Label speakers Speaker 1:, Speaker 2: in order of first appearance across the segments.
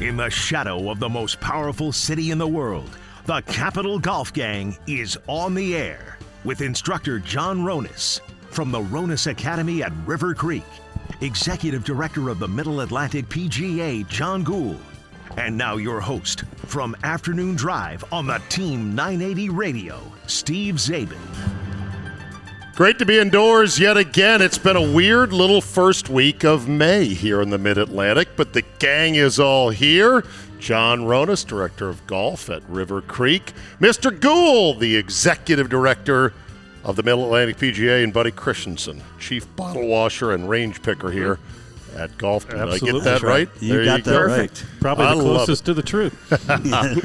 Speaker 1: In the shadow of the most powerful city in the world, the Capital Golf Gang is on the air with instructor John Ronis from the Ronis Academy at River Creek, Executive Director of the Middle Atlantic PGA, John Gould. And now, your host from Afternoon Drive on the Team 980 Radio, Steve Zabin.
Speaker 2: Great to be indoors yet again. It's been a weird little first week of May here in the Mid Atlantic, but the gang is all here. John Ronas, Director of Golf at River Creek, Mr. Gould, the Executive Director of the Mid Atlantic PGA, and Buddy Christensen, Chief Bottle Washer and Range Picker here at Golf. Did I
Speaker 3: Absolutely.
Speaker 2: get that
Speaker 3: That's
Speaker 2: right?
Speaker 3: right.
Speaker 4: You
Speaker 2: There
Speaker 4: got that
Speaker 2: go.
Speaker 4: right.
Speaker 3: Probably
Speaker 2: I
Speaker 3: the
Speaker 2: love
Speaker 3: closest to the truth.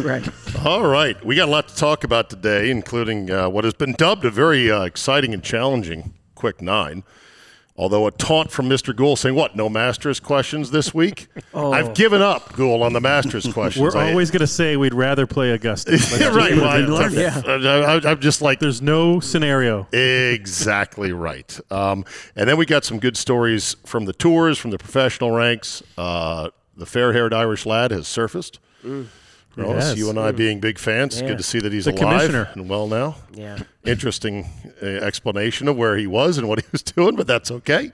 Speaker 5: right.
Speaker 2: All right. We got a lot to talk about today, including uh, what has been dubbed a very uh, exciting and challenging Quick Nine. Although a taunt from Mr. Gould saying, What, no Masters questions this week? I've given up, Gould, on the Masters questions.
Speaker 3: Oh. We're
Speaker 2: I-
Speaker 3: always going to say we'd rather play Augusta.
Speaker 2: Yeah, right. Well, I-
Speaker 5: learned, yeah.
Speaker 2: I- I- I'm just like,
Speaker 3: There's no scenario.
Speaker 2: Exactly right. Um, and then we got some good stories from the tours, from the professional ranks. Uh, the fair-haired Irish lad has surfaced. Ross,
Speaker 3: Mm. Yes. Mm.
Speaker 2: you and I being big fans, it's good to see that he's
Speaker 3: The
Speaker 2: alive
Speaker 3: commissioner.
Speaker 2: and well now.
Speaker 5: Yeah.
Speaker 2: Interesting uh, explanation of where he was and what he was doing, but that's okay.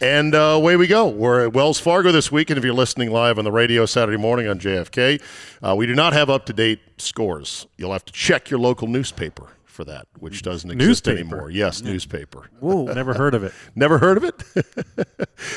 Speaker 2: And uh, away we go. We're at Wells Fargo this week, and if you're listening live on the radio Saturday morning on JFK, uh, we do not have up-to-date scores. You'll have to check your local newspaper for that,
Speaker 3: Mm.
Speaker 2: which doesn't exist
Speaker 3: Newspaper.
Speaker 2: anymore. Yes, newspaper.
Speaker 5: Whoa.
Speaker 3: Never heard of it.
Speaker 2: Never heard of it?
Speaker 5: Did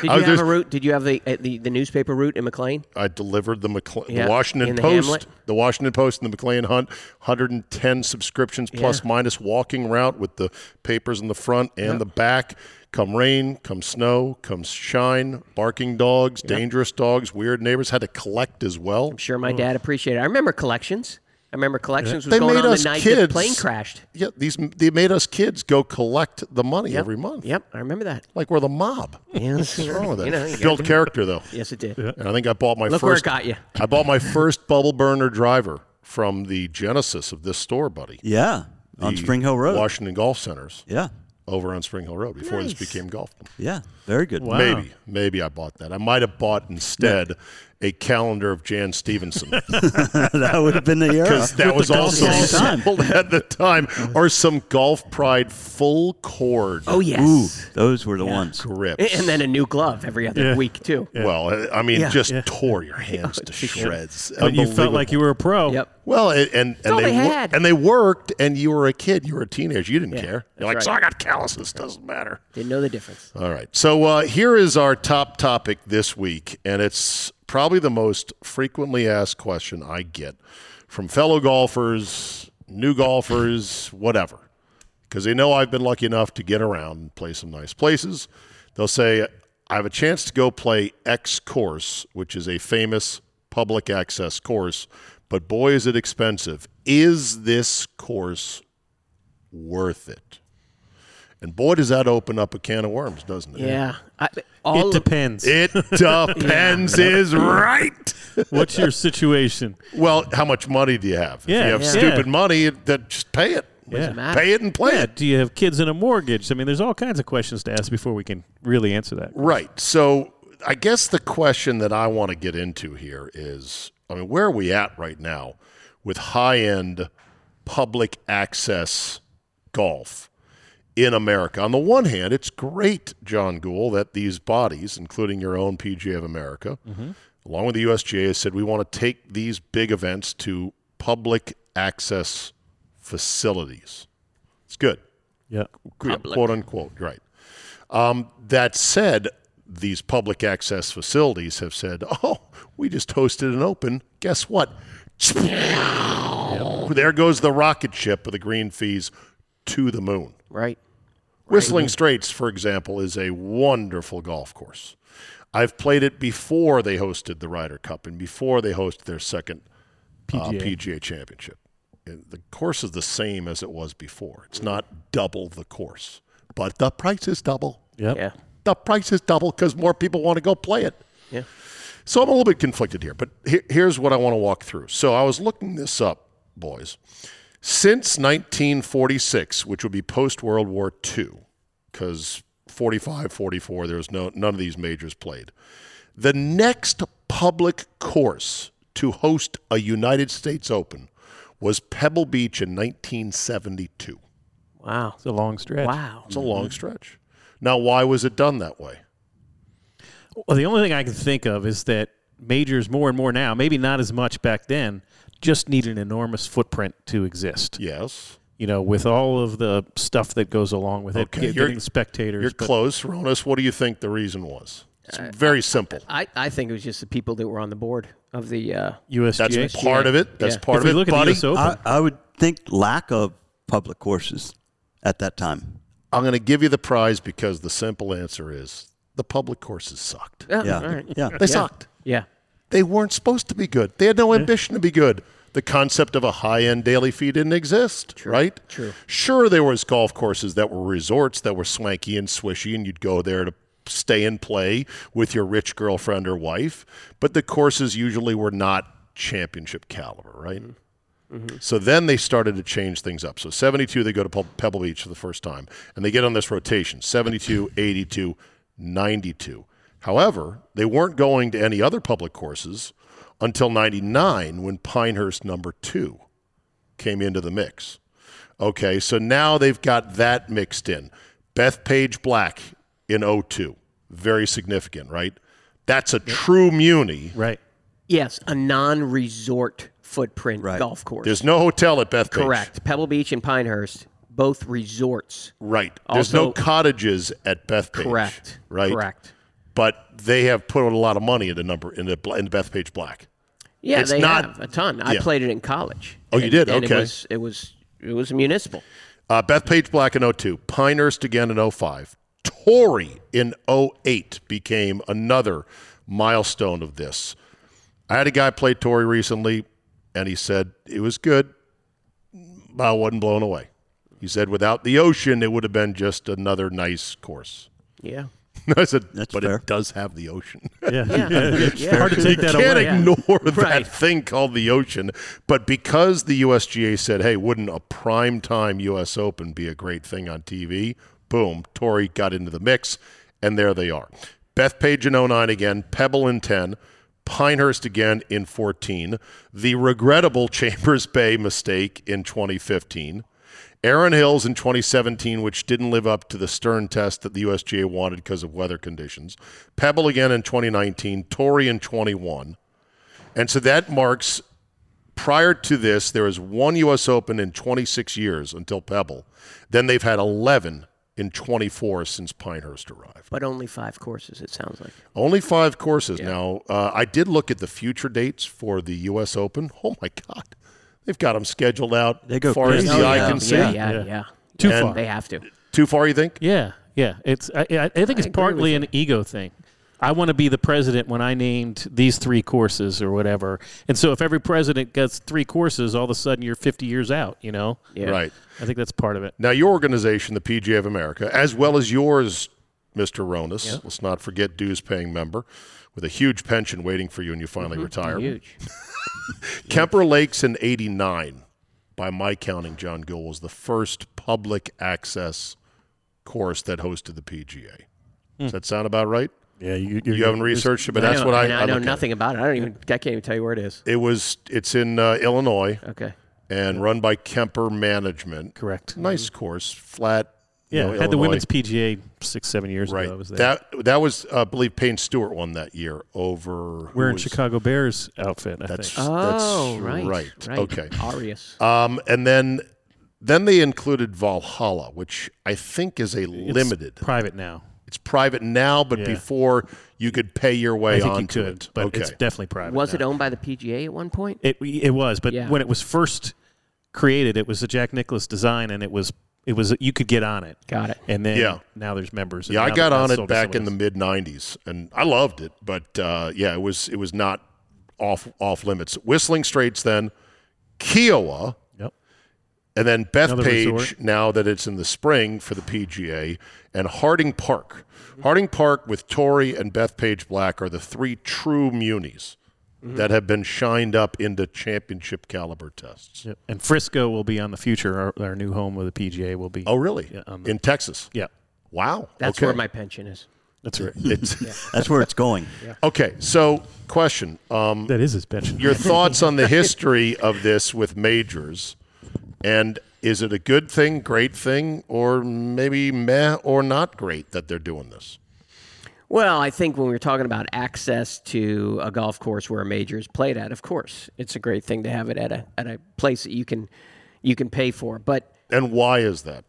Speaker 5: you
Speaker 2: I was
Speaker 5: have
Speaker 2: just-
Speaker 5: a route? Did you have the, uh, the the newspaper route in McLean?
Speaker 2: I delivered the, McLe-
Speaker 5: Yeah,
Speaker 2: the Washington
Speaker 5: in the
Speaker 2: Post,
Speaker 5: Hamlet.
Speaker 2: the Washington Post, and the McLean Hunt, 110 subscriptions plus minus walking route with the papers in the front and the back. Come rain, come snow, come shine. Barking dogs, dangerous dogs, weird neighbors had to collect as well.
Speaker 5: Sure, my dad appreciated. it. I remember collections. I remember collections was
Speaker 2: They
Speaker 5: going
Speaker 2: made
Speaker 5: on
Speaker 2: us
Speaker 5: the night the
Speaker 2: kids.
Speaker 5: plane crashed.
Speaker 2: Yeah, these they made us kids go collect the money every month.
Speaker 5: Yep, I remember that.
Speaker 2: like we're the mob.
Speaker 5: Yes.
Speaker 2: What's wrong with that?
Speaker 5: You know, you got
Speaker 2: Built
Speaker 5: to-
Speaker 2: character though.
Speaker 5: Yes, it did.
Speaker 2: And I think I bought my
Speaker 5: Look where it
Speaker 2: first.
Speaker 5: got you.
Speaker 2: I bought my first bubble burner driver from the genesis of this store, buddy.
Speaker 4: Yeah, on
Speaker 2: The
Speaker 4: Spring Hill Road.
Speaker 2: Washington Golf Centers
Speaker 4: yeah,
Speaker 2: over on Spring Hill Road before this
Speaker 5: Nice.
Speaker 2: became golf.
Speaker 4: yeah, very good.
Speaker 3: Wow.
Speaker 2: Maybe, maybe I bought that. I might have bought instead a calendar of Jan Stevenson
Speaker 4: that would have been the era.
Speaker 2: because that was
Speaker 4: golf
Speaker 2: also
Speaker 4: at the same time.
Speaker 2: sold at the time, or some Golf Pride full cord
Speaker 5: Oh yes.
Speaker 4: Ooh, those were the ones.
Speaker 2: grips.
Speaker 5: A- And then a new glove every other
Speaker 3: Yeah.
Speaker 5: week too.
Speaker 2: well, I- I mean,
Speaker 5: Yeah.
Speaker 2: just tore your hands to shreds.
Speaker 3: But you felt like you were a pro.
Speaker 5: Yep.
Speaker 2: Well, and and, and
Speaker 5: all
Speaker 2: they,
Speaker 5: they
Speaker 2: wor-
Speaker 5: had.
Speaker 2: and they worked, and you were a kid, you were a teenager, you didn't care. You're like,
Speaker 5: right.
Speaker 2: so I got calluses, doesn't matter.
Speaker 5: Didn't know the difference.
Speaker 2: All right, so uh, here is our top topic this week, and it's probably the most frequently asked question I get from fellow golfers, new golfers, whatever, because they know I've been lucky enough to get around and play some nice places. They'll say, I have a chance to go play X course, which is a famous public access course, but boy, is it expensive. Is this course worth it? And boy, does that open up a can of worms, doesn't it?
Speaker 5: Yeah. I, all
Speaker 3: It depends.
Speaker 2: It depends is right.
Speaker 3: What's your situation?
Speaker 2: Well, how much money do you have? if
Speaker 3: Yeah,
Speaker 2: you have
Speaker 3: yeah.
Speaker 2: stupid money, it- then just pay it.
Speaker 3: Yeah.
Speaker 5: matter.
Speaker 2: Pay it and play
Speaker 3: Yeah.
Speaker 2: it.
Speaker 3: Do you have kids and a mortgage? I mean, there's all kinds of questions to ask before we can really answer that.
Speaker 2: Right. So I guess the question that I want to get into here is I mean, where are we at right now with high end public access golf in America? On the one hand, it's great, John Gould, that these bodies, including your own PGA of America, along with the USGA, has said we want to take these big events to public access facilities. It's good
Speaker 3: Yeah.
Speaker 2: quote unquote, right. Um, that said, these public access facilities have said, oh, we just hosted an open. Guess what? There goes the rocket ship with the green fees to the moon.
Speaker 5: right.
Speaker 2: Whistling Straits, for example, is a wonderful golf course. I've played it before they hosted the Ryder Cup and before they hosted their second PGA, uh,
Speaker 3: PGA.
Speaker 2: PGA Championship. It- The course is the same as it was before. It's not double the course, but the price is double.
Speaker 3: Yep.
Speaker 5: Yeah.
Speaker 2: The price is double because more people want to go play it.
Speaker 5: Yeah.
Speaker 2: So I'm a little bit conflicted here, but he- here's what I want to walk through. So I was looking this up, boys. Since 1946, which would be post World War II, because 45, 44, there was no none of these majors played. The next public course to host a United States Open was Pebble Beach in 1972.
Speaker 5: Wow.
Speaker 3: It's a long stretch.
Speaker 5: Wow.
Speaker 2: It's a long stretch. Now, why was it done that way?
Speaker 3: Well, the only thing I can think of is that majors more and more now, maybe not as much back then, just need an enormous footprint to exist.
Speaker 2: Yes.
Speaker 3: You know, with all of the stuff that goes along with
Speaker 2: Okay,
Speaker 3: it, get-
Speaker 2: you're-
Speaker 3: getting spectators.
Speaker 2: You're
Speaker 3: but-
Speaker 2: close, Ronas. What do you think the reason was? It's very simple.
Speaker 5: I, I think it was just the people that were on the board of the. Uh,
Speaker 3: USGA.
Speaker 2: That's part of it. That's
Speaker 5: Yeah.
Speaker 2: part
Speaker 3: if we
Speaker 2: of it,
Speaker 3: look at
Speaker 2: buddy.
Speaker 3: the US Open,
Speaker 5: Uh,
Speaker 4: I, I would think lack of public courses at that time.
Speaker 2: I'm going to give you the prize because the simple answer is the public courses sucked.
Speaker 5: oh,
Speaker 4: Yeah,
Speaker 5: All right.
Speaker 4: yeah.
Speaker 2: They sucked.
Speaker 5: Yeah.
Speaker 2: They weren't supposed to be good. They had no ambition to be good. The concept of a high-end daily fee didn't exist, right?
Speaker 5: true.
Speaker 2: Sure, there was golf courses that were resorts that were swanky and swishy, and you'd go there to stay and play with your rich girlfriend or wife. But the courses usually were not championship caliber, right? So then they started to change things up. So 72, they go to Pe- Pebble Beach for the first time, and they get on this rotation 72, 82, 92. However, they weren't going to any other public courses until 99 when Pinehurst number two came into the mix. Okay, so now they've got that mixed in. Beth Page Black in 02, very significant, right? That's a true Muni.
Speaker 3: right.
Speaker 5: Yes, a non-resort footprint
Speaker 4: Right.
Speaker 5: golf course.
Speaker 2: There's no hotel at Beth Page.
Speaker 5: Correct. Pebble Beach and Pinehurst, both resorts.
Speaker 2: Right. There's no
Speaker 5: Also-
Speaker 2: cottages at Bethpage.
Speaker 5: Correct.
Speaker 2: Right.
Speaker 5: Correct.
Speaker 2: But they have put a lot of money into number into, Bla- into Bethpage Black.
Speaker 5: Yeah,
Speaker 2: It's
Speaker 5: they
Speaker 2: not-
Speaker 5: have a ton. I
Speaker 2: yeah.
Speaker 5: played it in college.
Speaker 2: Oh, you
Speaker 5: And-
Speaker 2: did?
Speaker 5: and
Speaker 2: Okay.
Speaker 5: It was it was it was municipal.
Speaker 2: Uh, Bethpage Black in 02, Pinehurst again in 05. Torrey in 08 became another milestone of this. I had a guy play Torrey recently, and he said it was good, but I wasn't blown away. He said without the ocean, it would have been just another nice course.
Speaker 5: Yeah.
Speaker 2: I said,
Speaker 4: That's
Speaker 2: but
Speaker 4: fair.
Speaker 2: it does have the ocean.
Speaker 3: Yeah.
Speaker 5: It's Yeah.
Speaker 3: Hard to take that
Speaker 2: can't
Speaker 3: away.
Speaker 2: ignore that
Speaker 5: Right.
Speaker 2: thing called the ocean. But because the USGA said, hey, wouldn't a prime time US Open be a great thing on TV? Boom, Tory got into the mix, and there they are. Beth Page in 09 again, Pebble in 10, Pinehurst again in 14, the regrettable Chambers Bay mistake in 2015. Aaron Hills in 2017, which didn't live up to the stern test that the USGA wanted because of weather conditions. Pebble again in 2019, Torrey in 21. And so that marks prior to this, there was one U.S. Open in 26 years until Pebble. Then they've had 11 in 24 since Pinehurst arrived.
Speaker 5: But only five courses, it sounds like.
Speaker 2: Only five courses now. Uh, I did look at the future dates for the U.S. Open. Oh my God, they've got them scheduled out
Speaker 4: They go
Speaker 2: far as
Speaker 4: crazy.
Speaker 2: the
Speaker 4: Oh,
Speaker 2: eye
Speaker 4: yeah.
Speaker 2: can see.
Speaker 5: yeah, yeah, yeah,
Speaker 3: Too far.
Speaker 5: They have to.
Speaker 2: Too far, you think?
Speaker 3: Yeah, yeah. It's I, I I think it's partly an ego thing. I want to be the president when I named these three courses or whatever. And so if every president gets three courses, all of a sudden you're 50 years out, you know?
Speaker 5: Yeah.
Speaker 2: Right.
Speaker 3: I think that's part of it.
Speaker 2: Now, your organization, the PGA of America, as well as yours, Mr. Ronas, let's not forget dues paying member, with a huge pension waiting for you when you finally retire.
Speaker 5: Mm-hmm. Huge.
Speaker 2: Kemper Lakes in 89, by my counting, John Gill was the first public access course that hosted the PGA. Does that sound about right?
Speaker 3: Yeah, you,
Speaker 2: You haven't researched it, but that's
Speaker 5: I know,
Speaker 2: what I,
Speaker 5: and I know
Speaker 2: look at it.
Speaker 5: nothing about it. I don't even I can't even tell you where it is.
Speaker 2: It was. It's in uh, Illinois
Speaker 5: Okay.
Speaker 2: and run by Kemper Management.
Speaker 3: Correct.
Speaker 5: Mm-hmm.
Speaker 2: Nice course, flat. you
Speaker 3: Yeah,
Speaker 2: know,
Speaker 3: I had the
Speaker 2: Illinois.
Speaker 3: women's PGA six, seven years
Speaker 2: Right.
Speaker 3: ago. I was there.
Speaker 2: That that was, uh, I believe, Payne Stewart won that year over. who
Speaker 3: Wearing
Speaker 2: was-
Speaker 3: Chicago Bears outfit, I
Speaker 2: That's,
Speaker 3: think.
Speaker 5: Oh,
Speaker 2: that's
Speaker 5: right,
Speaker 2: right.
Speaker 5: right.
Speaker 2: Okay.
Speaker 5: Arius.
Speaker 2: Um, and then then they included Valhalla, which I think is a limited.
Speaker 3: It's private now.
Speaker 2: it's private now, but
Speaker 3: Yeah.
Speaker 2: before you could pay your way
Speaker 3: I think you
Speaker 2: onto
Speaker 3: could,
Speaker 2: it.
Speaker 3: but
Speaker 2: okay.
Speaker 3: it's definitely private.
Speaker 5: Was
Speaker 3: now.
Speaker 5: it owned by the PGA at one point?
Speaker 3: It it was, but
Speaker 5: Yeah.
Speaker 3: when it was first created, it was a Jack Nicklaus design, and it was it was you could get on it.
Speaker 5: Got it.
Speaker 3: And then
Speaker 2: Yeah.
Speaker 3: now there's members. and
Speaker 2: yeah, I
Speaker 3: now
Speaker 2: got
Speaker 3: that's
Speaker 2: on it
Speaker 3: sold to
Speaker 2: back in the
Speaker 3: someone
Speaker 2: mid '90s, and I loved it. But uh, yeah, it was it was not off off limits. Whistling Straits, then Kiowa.
Speaker 3: else.
Speaker 2: And then Beth
Speaker 3: Another
Speaker 2: Page,
Speaker 3: resort.
Speaker 2: now that it's in the spring for the PGA, and Harding Park. Harding Park with Torrey and Beth Page Black are the three true munis
Speaker 3: Mm-hmm.
Speaker 2: that have been shined up into championship caliber tests.
Speaker 3: Yep. And Frisco will be on the future. Our, our new home with the PGA will be.
Speaker 2: Oh, really?
Speaker 3: Yeah, um,
Speaker 2: in Texas?
Speaker 3: yeah.
Speaker 2: Wow.
Speaker 5: That's
Speaker 2: okay.
Speaker 5: where my pension is.
Speaker 3: That's right.
Speaker 2: It's,
Speaker 4: That's where it's going.
Speaker 2: Okay, so question: um,
Speaker 3: That is his pension.
Speaker 2: Your thoughts on the history of this with majors, and is it a good thing, great thing, or maybe meh or not great that they're doing this?
Speaker 5: Well, I think when we were talking about access to a golf course where a major is played at, of course, it's a great thing to have it at a at a place that you can you can pay for. But
Speaker 2: And why is that?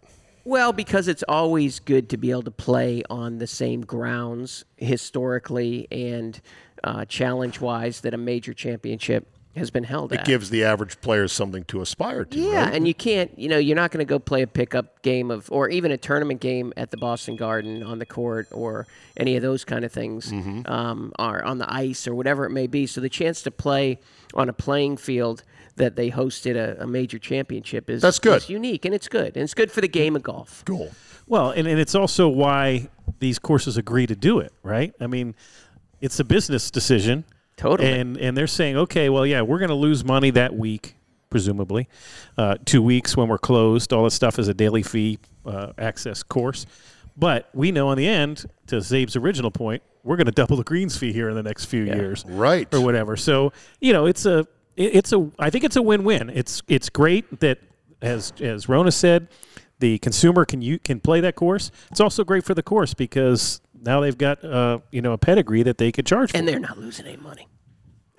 Speaker 5: well, because it's always good to be able to play on the same grounds historically and uh, challenge wise that a major championship has been held at.
Speaker 2: Gives the average player something to aspire to.
Speaker 5: Yeah,
Speaker 2: right?
Speaker 5: and you can't, you know, you're not going to go play a pickup game of, or even a tournament game at the Boston Garden on the court or any of those kind of things,
Speaker 2: Mm-hmm.
Speaker 5: um, or on the ice or whatever it may be. So the chance to play on a playing field that they hosted a, a major championship is
Speaker 2: That's good.
Speaker 5: is unique, and it's good, and it's good for the game of golf.
Speaker 2: Cool.
Speaker 3: Well, and, and it's also why these courses agree to do it, right? I mean, it's a business decision.
Speaker 5: Totally.
Speaker 3: And and they're saying, okay, well, yeah, we're going to lose money that week, presumably, uh, two weeks when we're closed. All that stuff is a daily fee uh, access course, but we know in the end, to Zabe's original point, we're going to double the greens fee here in the next few years,
Speaker 2: Right.
Speaker 3: or whatever. So you know, it's a it- it's a I think it's a win-win. It's it's great that as as Rona said, the consumer can you can play that course. It's also great for the course because now they've got uh, you know a pedigree that they could charge for.
Speaker 5: And they're not losing any money.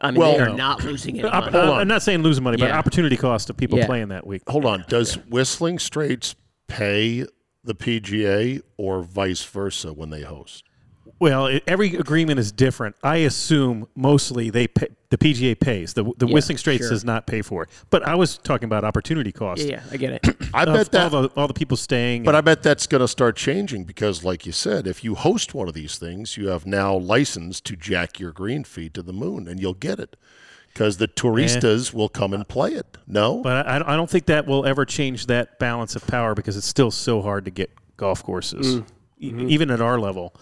Speaker 5: I mean,
Speaker 2: Well,
Speaker 5: they are
Speaker 2: no.
Speaker 5: not losing any
Speaker 3: Opp-
Speaker 5: money.
Speaker 3: uh, I'm not saying losing money, but
Speaker 5: Yeah.
Speaker 3: opportunity cost of people
Speaker 5: Yeah.
Speaker 3: playing that week.
Speaker 2: Hold on. Does Whistling Straits pay the PGA or vice versa when they host?
Speaker 3: Well, it, every agreement is different. I assume mostly they pay, the PGA pays. The the Whistling Straits
Speaker 5: sure.
Speaker 3: does not pay for it. But I was talking about opportunity cost.
Speaker 5: Yeah, I get it.
Speaker 2: I
Speaker 3: Of
Speaker 2: bet that.
Speaker 3: all the, all the people staying.
Speaker 2: But I bet that's going to start changing because, like you said, if you host one of these things, you have now license to jack your green fee to the moon, and you'll get it because the touristas will come and play it. No,
Speaker 3: Uh, But I, I don't think that will ever change that balance of power because it's still so hard to get golf courses,
Speaker 2: Mm.
Speaker 3: e-
Speaker 2: Mm-hmm.
Speaker 3: even at our level.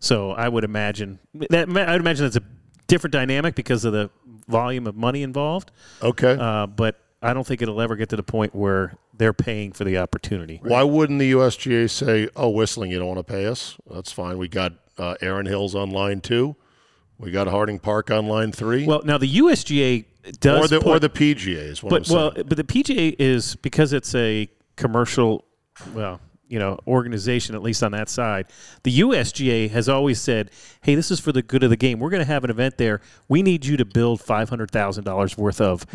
Speaker 3: So I would imagine that I would imagine that's a different dynamic because of the volume of money involved.
Speaker 2: okay.
Speaker 3: Uh, but I don't think it'll ever get to the point where they're paying for the opportunity.
Speaker 2: Why wouldn't the USGA say, "Oh, whistling, you don't want to pay us? That's fine. We got uh, Aaron Hills on line two, we got Harding Park on line three,
Speaker 3: Well, now the USGA does
Speaker 2: or the
Speaker 3: put-
Speaker 2: or the PGA is what I'm
Speaker 3: but
Speaker 2: saying.
Speaker 3: well, but the PGA is because it's a commercial, well, you know, organization at least on that side. The USGA has always said, "Hey, this is for the good of the game. We're going to have an event there. We need you to build five hundred thousand dollars worth of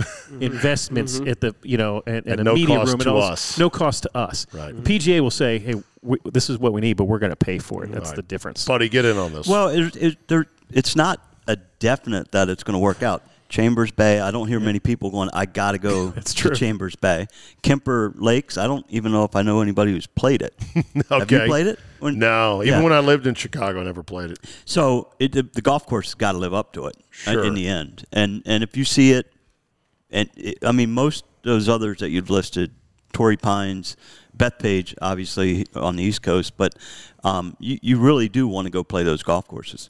Speaker 3: investments at the you know and, and,
Speaker 2: Mm-hmm. At
Speaker 3: a
Speaker 2: no
Speaker 3: media
Speaker 2: cost
Speaker 3: room and
Speaker 2: to
Speaker 3: all
Speaker 2: us.
Speaker 3: this. no cost to us.
Speaker 2: Right.
Speaker 3: The PGA will say, "Hey, we, this is what we need, but we're going to pay for it. That's the difference."
Speaker 2: Buddy, get in on this.
Speaker 4: Well, it, it, there, it's not a definite that it's going to work out. Chambers Bay, I don't hear many people going, I got to go to
Speaker 3: true.
Speaker 4: Chambers Bay. Kemper Lakes, I don't even know if I know anybody who's played it. Have you
Speaker 2: Okay.
Speaker 4: played it? Or-
Speaker 2: no, even
Speaker 4: Yeah.
Speaker 2: when I lived in Chicago, I never played it.
Speaker 4: So it, the, the golf course has got to live up to it uh,
Speaker 2: Sure.
Speaker 4: in the end. And and if you see it, and it, I mean most of those others that you've listed, Torrey Pines, Bethpage, obviously on the East Coast, but um, you you really do want to go play those golf courses.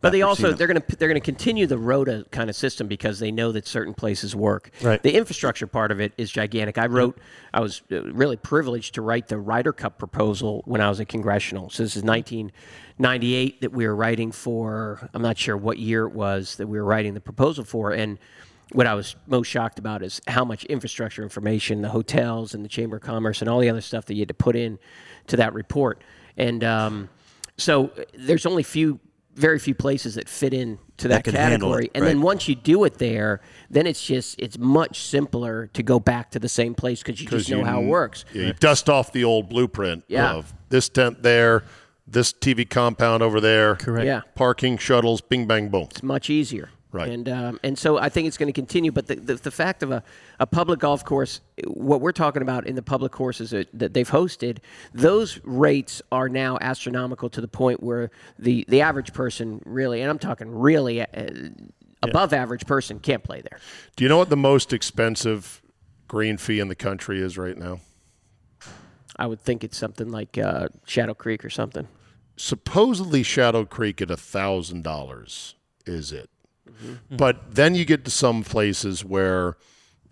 Speaker 5: But they
Speaker 4: I've
Speaker 5: also
Speaker 4: seen 'em.
Speaker 5: they're going to they're going to continue the Rota kind of system because they know that certain places work.
Speaker 3: Right.
Speaker 5: The infrastructure part of it is gigantic. I wrote I was uh, really privileged to write the Ryder Cup proposal when I was at Congressional. So this is 1998 that we were writing for. I'm not sure what year it was that we were writing the proposal for and what I was most shocked about is how much infrastructure information, the hotels and the Chamber of Commerce and all the other stuff that you had to put in to that report. And um, so uh, there's only few, very few places that fit in to that,
Speaker 4: That can handle
Speaker 5: category.
Speaker 4: it,
Speaker 5: and then
Speaker 4: right.
Speaker 5: once you do it there, then it's just it's much simpler to go back to the same place because you just know
Speaker 2: you
Speaker 5: how it
Speaker 2: kn-
Speaker 5: works.
Speaker 2: Yeah, you dust off the old blueprint
Speaker 5: Yeah.
Speaker 2: of this tent there, this TV compound over there. Correct.
Speaker 5: Yeah.
Speaker 2: Parking shuttles, bing bang boom.
Speaker 5: it's much easier.
Speaker 2: Right.
Speaker 5: And um, and so I think it's going to continue. But the, the, the fact of a, a public golf course, what we're talking about in the public courses that, that they've hosted, those rates are now astronomical to the point where the, the average person really, and I'm talking really uh, above average person, can't play there.
Speaker 2: Do you know what the most expensive green fee in the country is right now?
Speaker 5: I would think it's something like uh, Shadow Creek or something.
Speaker 2: Supposedly Shadow Creek at thousand
Speaker 5: Mm-hmm.
Speaker 2: dollars is it. But then you get to some places where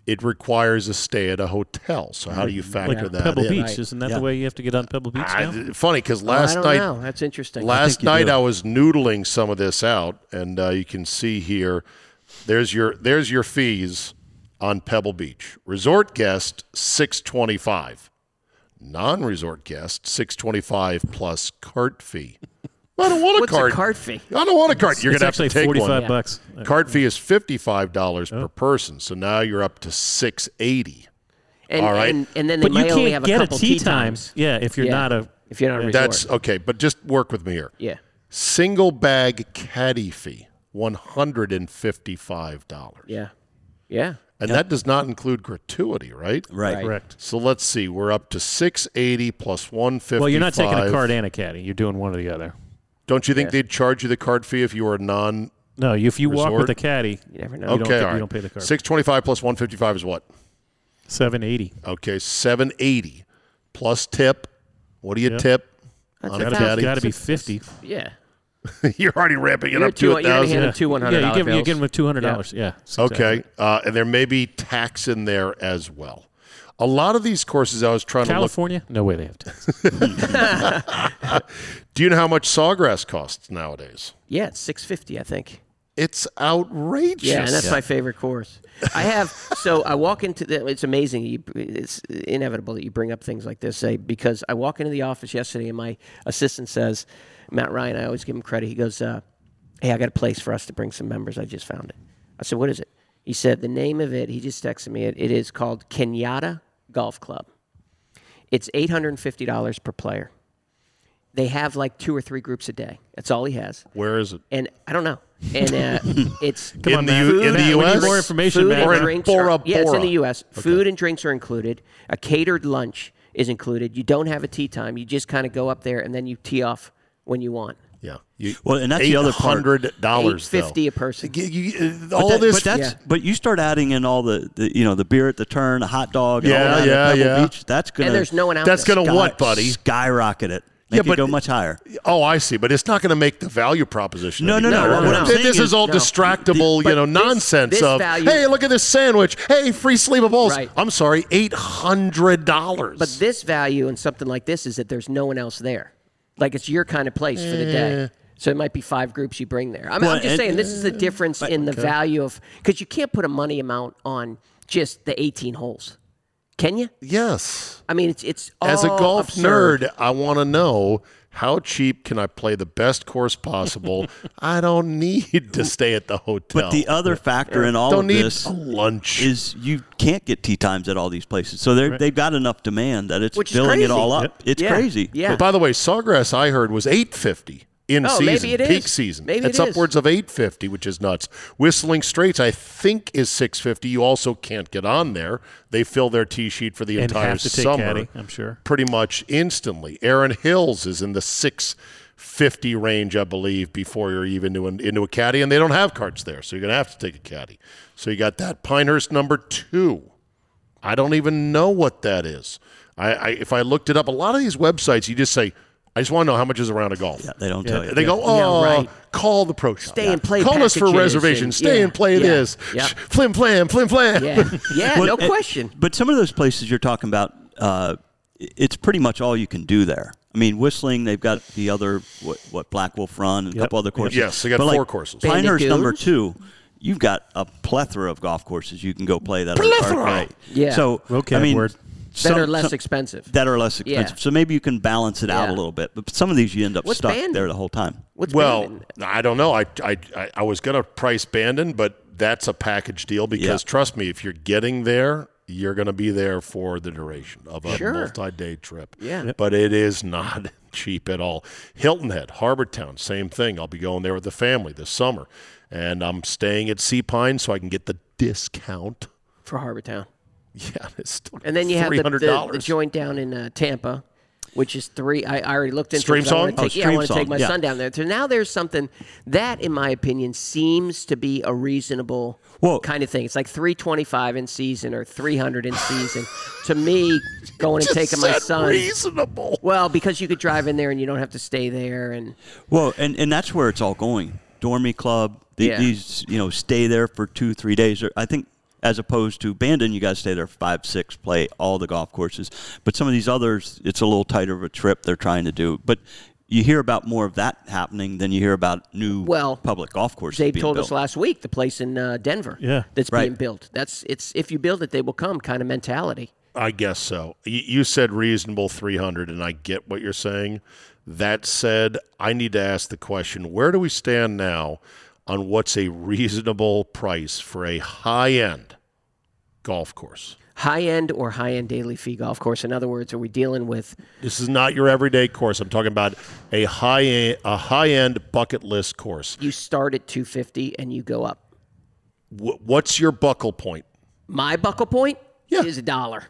Speaker 2: it requires a stay at a hotel. So how do you factor that
Speaker 3: Pebble
Speaker 2: in?
Speaker 3: Beach,
Speaker 5: Right.
Speaker 3: isn't that
Speaker 4: Yeah.
Speaker 3: the way you have to get on Pebble Beach now?
Speaker 2: I, funny because
Speaker 5: Oh,
Speaker 2: last
Speaker 5: I don't
Speaker 2: night
Speaker 5: know. That's interesting.
Speaker 2: Last
Speaker 4: you
Speaker 2: night
Speaker 4: do.
Speaker 2: I was noodling some of this out, and uh, you can see here. There's your there's your fees on Pebble Beach. Resort guest six twenty five. Non-resort guest six twenty five plus cart fee. I don't want a
Speaker 5: What's
Speaker 2: cart.
Speaker 5: a card fee?
Speaker 2: I don't want a cart. You're
Speaker 3: it's
Speaker 2: gonna have
Speaker 3: actually
Speaker 2: to take
Speaker 3: 45
Speaker 2: one.
Speaker 3: bucks.
Speaker 2: Cart fee is fifty five dollars per person. So now you're up to six eighty.
Speaker 5: And,
Speaker 2: All right.
Speaker 5: and, and then they
Speaker 3: But you
Speaker 5: might only
Speaker 3: can't
Speaker 5: have
Speaker 3: get
Speaker 5: a
Speaker 3: a
Speaker 5: couple
Speaker 3: tea
Speaker 5: tea
Speaker 3: time.
Speaker 5: times.
Speaker 3: Yeah, if you're
Speaker 5: Yeah.
Speaker 3: not a
Speaker 5: If you're not a resort.
Speaker 2: That's okay, but just work with me here.
Speaker 5: yeah.
Speaker 2: Single bag caddy fee one hundred and fifty five dollars.
Speaker 5: Yeah. Yeah.
Speaker 2: And that does not include gratuity, right?
Speaker 4: Right.
Speaker 5: Right.
Speaker 3: correct.
Speaker 2: So let's see. We're up to 680 plus 155.
Speaker 3: Well, you're not taking a card and a caddy. You're doing one or the other.
Speaker 2: Don't you think they'd charge you the card fee if you were a non
Speaker 3: No, if you walk
Speaker 2: Resort?
Speaker 3: with a caddy,
Speaker 5: You never know.
Speaker 2: Okay,
Speaker 3: get-
Speaker 2: all
Speaker 3: you
Speaker 2: right.
Speaker 3: don't pay the card fee.
Speaker 2: 625 plus 155 is what?
Speaker 3: 780.
Speaker 2: Okay, 780 plus tip. What do you tip on a
Speaker 5: a
Speaker 3: It's
Speaker 2: caddy?
Speaker 3: got to be 50.
Speaker 5: Yeah.
Speaker 2: you're already ramping it
Speaker 5: You're
Speaker 2: up to
Speaker 5: two-
Speaker 2: a
Speaker 5: you're gonna
Speaker 2: thousand.
Speaker 5: hand- And two $100
Speaker 3: Yeah, you give, you
Speaker 5: bills.
Speaker 3: give them a $200. Yeah.
Speaker 2: Okay, uh, and there may be tax in there as well. A lot of these courses I was trying to look.
Speaker 3: California? No way they have taxes.
Speaker 2: Do you know how much sawgrass costs nowadays?
Speaker 5: Yeah, it's 650, I think.
Speaker 2: It's outrageous.
Speaker 5: Yeah, and that's my favorite course. I have so I walk into the. It's amazing. You, it's inevitable that you bring up things like this, say because I walk into the office yesterday and my assistant says, Matt Ryan. I always give him credit. He goes, uh, "Hey, I got a place for us to bring some members. I just found it." I said, "What is it?" He said, "The name of it." He just texted me. It, it is called Kenyatta Golf Club. It's eight hundred and fifty dollars per player. They have like two or three groups a day. That's all he has.
Speaker 2: Where is it?
Speaker 5: And I don't know. And uh, it's
Speaker 2: In the U- in the
Speaker 3: Matt, we need
Speaker 2: US?
Speaker 3: more information,
Speaker 5: Food
Speaker 3: Matt.
Speaker 5: and
Speaker 2: Or in
Speaker 5: drinks
Speaker 2: Bora
Speaker 5: are, yeah, it's in
Speaker 2: Bora.
Speaker 5: the U.S. Food and drinks are included. A catered lunch is included. You don't have a tea time. You just kind of go up there and then you tee off when you want.
Speaker 2: Yeah. You,
Speaker 4: Well, and that's the other part.
Speaker 2: hundred
Speaker 5: Eight
Speaker 2: dollars.
Speaker 5: fifty a person.
Speaker 2: You, you-
Speaker 4: But
Speaker 2: uh, all
Speaker 4: that-
Speaker 2: this.
Speaker 4: but that's but you start adding in all the, the you know the beer at the turn, the hot dog, and
Speaker 2: Yeah,
Speaker 4: all that
Speaker 2: yeah,
Speaker 4: at Pebble
Speaker 2: yeah.
Speaker 4: Beach. That's gonna
Speaker 5: And there's no one out
Speaker 2: that's
Speaker 5: there.
Speaker 2: gonna what, buddy?
Speaker 4: skyrocket it. Make
Speaker 2: Yeah, but-
Speaker 4: it go much higher.
Speaker 2: Oh, I see. But it's not going to make the value proposition.
Speaker 4: No,
Speaker 2: any
Speaker 4: no, no,
Speaker 2: better.
Speaker 5: no, no, no.
Speaker 2: Th- This
Speaker 4: Saying
Speaker 2: is all
Speaker 5: is- no.
Speaker 2: distractible,
Speaker 5: The-
Speaker 2: you know,
Speaker 5: but this-
Speaker 2: nonsense
Speaker 5: this
Speaker 2: of.
Speaker 5: value-
Speaker 2: hey, look at this sandwich. Hey, free sleeve of bowls.
Speaker 5: Right.
Speaker 2: I'm sorry, eight hundred dollars.
Speaker 5: But this value and something like this is that there's no one else there. Like it's your kind of place for the day. So it might be five groups you bring there. I'm,
Speaker 4: Well,
Speaker 5: I'm just
Speaker 4: and-
Speaker 5: saying this is the difference in the value of because you can't put a money amount on just the 18 holes, can you?
Speaker 2: yes,
Speaker 5: I mean, it's it's all
Speaker 2: as a golf
Speaker 5: Oh, absurd.
Speaker 2: nerd, I want to know. How cheap can I play the best course possible? I don't need to stay at the hotel.
Speaker 4: But the other factor in all
Speaker 2: don't
Speaker 4: of
Speaker 2: need Oh,
Speaker 4: this
Speaker 2: a lunch.
Speaker 4: is you can't get tea times at all these places. So they they've got enough demand that it's
Speaker 5: Which is
Speaker 4: filling it
Speaker 5: crazy.
Speaker 4: all up. It's
Speaker 5: Yeah.
Speaker 4: crazy.
Speaker 5: Yeah.
Speaker 2: By the way, sawgrass I heard was eight fifty in
Speaker 5: Oh,
Speaker 2: season,
Speaker 5: maybe it is.
Speaker 2: peak season.
Speaker 5: Maybe it
Speaker 2: it's
Speaker 5: is.
Speaker 2: upwards of eight fifty, which is nuts. Whistling Straits I think is six fifty. You also can't get on there. They fill their tee sheet for the
Speaker 3: And
Speaker 2: entire
Speaker 3: have to take
Speaker 2: summer,
Speaker 3: caddy, I'm sure.
Speaker 2: pretty much instantly. Aaron Hills is in the six fifty range, I believe, before you're even to an, into a caddy, and they don't have carts there, so you're gonna have to take a caddy. So you got that Pinehurst number two. I don't even know what that is. I, I if I looked it up, a lot of these websites you just say, I just want to know how much is a round of golf.
Speaker 4: Yeah, they don't tell you.
Speaker 2: They go,
Speaker 5: Yeah,
Speaker 2: oh,
Speaker 5: right.
Speaker 2: call the pro shop.
Speaker 5: Stay and play
Speaker 2: Call us for
Speaker 5: packages
Speaker 2: reservations.
Speaker 5: and-
Speaker 2: Stay
Speaker 5: yeah,
Speaker 2: and play
Speaker 5: yeah,
Speaker 2: this.
Speaker 5: yeah.
Speaker 2: Flim flam, flim flam.
Speaker 5: Yeah, yeah,
Speaker 4: Well,
Speaker 5: no
Speaker 4: it-
Speaker 5: question.
Speaker 4: But some of those places you're talking about, uh, i- it's pretty much all you can do there. I mean, whistling. They've got the other what, what Black Wolf Run and a couple other courses.
Speaker 2: Yes, they got
Speaker 4: But,
Speaker 2: four courses.
Speaker 4: Pinehurst
Speaker 5: Bandit
Speaker 4: number
Speaker 5: Dunes?
Speaker 4: two. You've got a plethora of golf courses you can go play that
Speaker 2: Plethora.
Speaker 4: are great.
Speaker 5: Yeah.
Speaker 4: So
Speaker 3: Okay,
Speaker 4: I mean,
Speaker 3: word.
Speaker 5: That
Speaker 4: some-
Speaker 5: are less
Speaker 4: some-
Speaker 5: expensive.
Speaker 4: That are less
Speaker 5: Yeah.
Speaker 4: expensive. So maybe you can balance it out a
Speaker 5: Yeah.
Speaker 4: little bit. But some of these you end up
Speaker 5: What's
Speaker 4: stuck
Speaker 5: Bandit?
Speaker 4: there the whole time.
Speaker 5: What's
Speaker 2: Well,
Speaker 5: Bandon?
Speaker 2: I don't know. I I, I, I was gonna price Bandon, but that's a package deal because
Speaker 4: Yeah.
Speaker 2: trust me, if you're getting there, you're gonna be there for the duration of a
Speaker 5: Sure.
Speaker 2: multi-day trip.
Speaker 5: Yeah. Yep.
Speaker 2: but it is not cheap at all. Hilton Head, Harbor Town, same thing. I'll be going there with the family this summer, and I'm staying at Sea Pine so I can get the discount.
Speaker 5: for Harbor Town,
Speaker 2: Yeah, it's still
Speaker 5: and then you have the, the,
Speaker 2: $300.
Speaker 5: the joint down in uh, Tampa, which is three. I, I already looked into.
Speaker 2: Stream
Speaker 5: it 'cause I wanna
Speaker 2: Song?
Speaker 5: Take,
Speaker 4: Oh,
Speaker 5: yeah, I
Speaker 4: Stream
Speaker 5: want to take
Speaker 4: Song,
Speaker 5: my
Speaker 4: yeah.
Speaker 5: son down there. So now there's something that, in my opinion, seems to be a reasonable
Speaker 4: Well-
Speaker 5: kind of thing. It's like three twenty-five in season or three hundred in season. to me, going and
Speaker 2: Just
Speaker 5: taking my
Speaker 2: said
Speaker 5: son.
Speaker 2: Reasonable.
Speaker 5: Well, because you could drive in there and you don't have to stay there, and
Speaker 4: Well, and, and that's where it's all going. Dormy club. The,
Speaker 5: Yeah.
Speaker 4: These you know stay there for two three days. Or I think as opposed to Bandon, you got to stay there five, six, play all the golf courses. But some of these others, it's a little tighter of a trip they're trying to do. But you hear about more of that happening than you hear about new
Speaker 5: Well,
Speaker 4: public golf courses.
Speaker 5: They
Speaker 4: being
Speaker 5: told
Speaker 4: built.
Speaker 5: us last week the place in uh, Denver,
Speaker 3: Yeah.
Speaker 5: that's
Speaker 4: Right.
Speaker 5: being built. That's it's if you build it, they will come kind of mentality.
Speaker 2: I guess so. You, you said reasonable 300, and I get what you're saying. That said, I need to ask the question where do we stand now on what's a reasonable price for a high end golf course?
Speaker 5: High end or high end daily fee golf course. In other words, are we dealing with
Speaker 2: This is not your everyday course. I'm talking about a high a high end bucket list course.
Speaker 5: you start at 250 and you go up?
Speaker 2: Wh- what's your buckle point?
Speaker 5: My buckle point
Speaker 2: Yeah.
Speaker 5: is a dollar.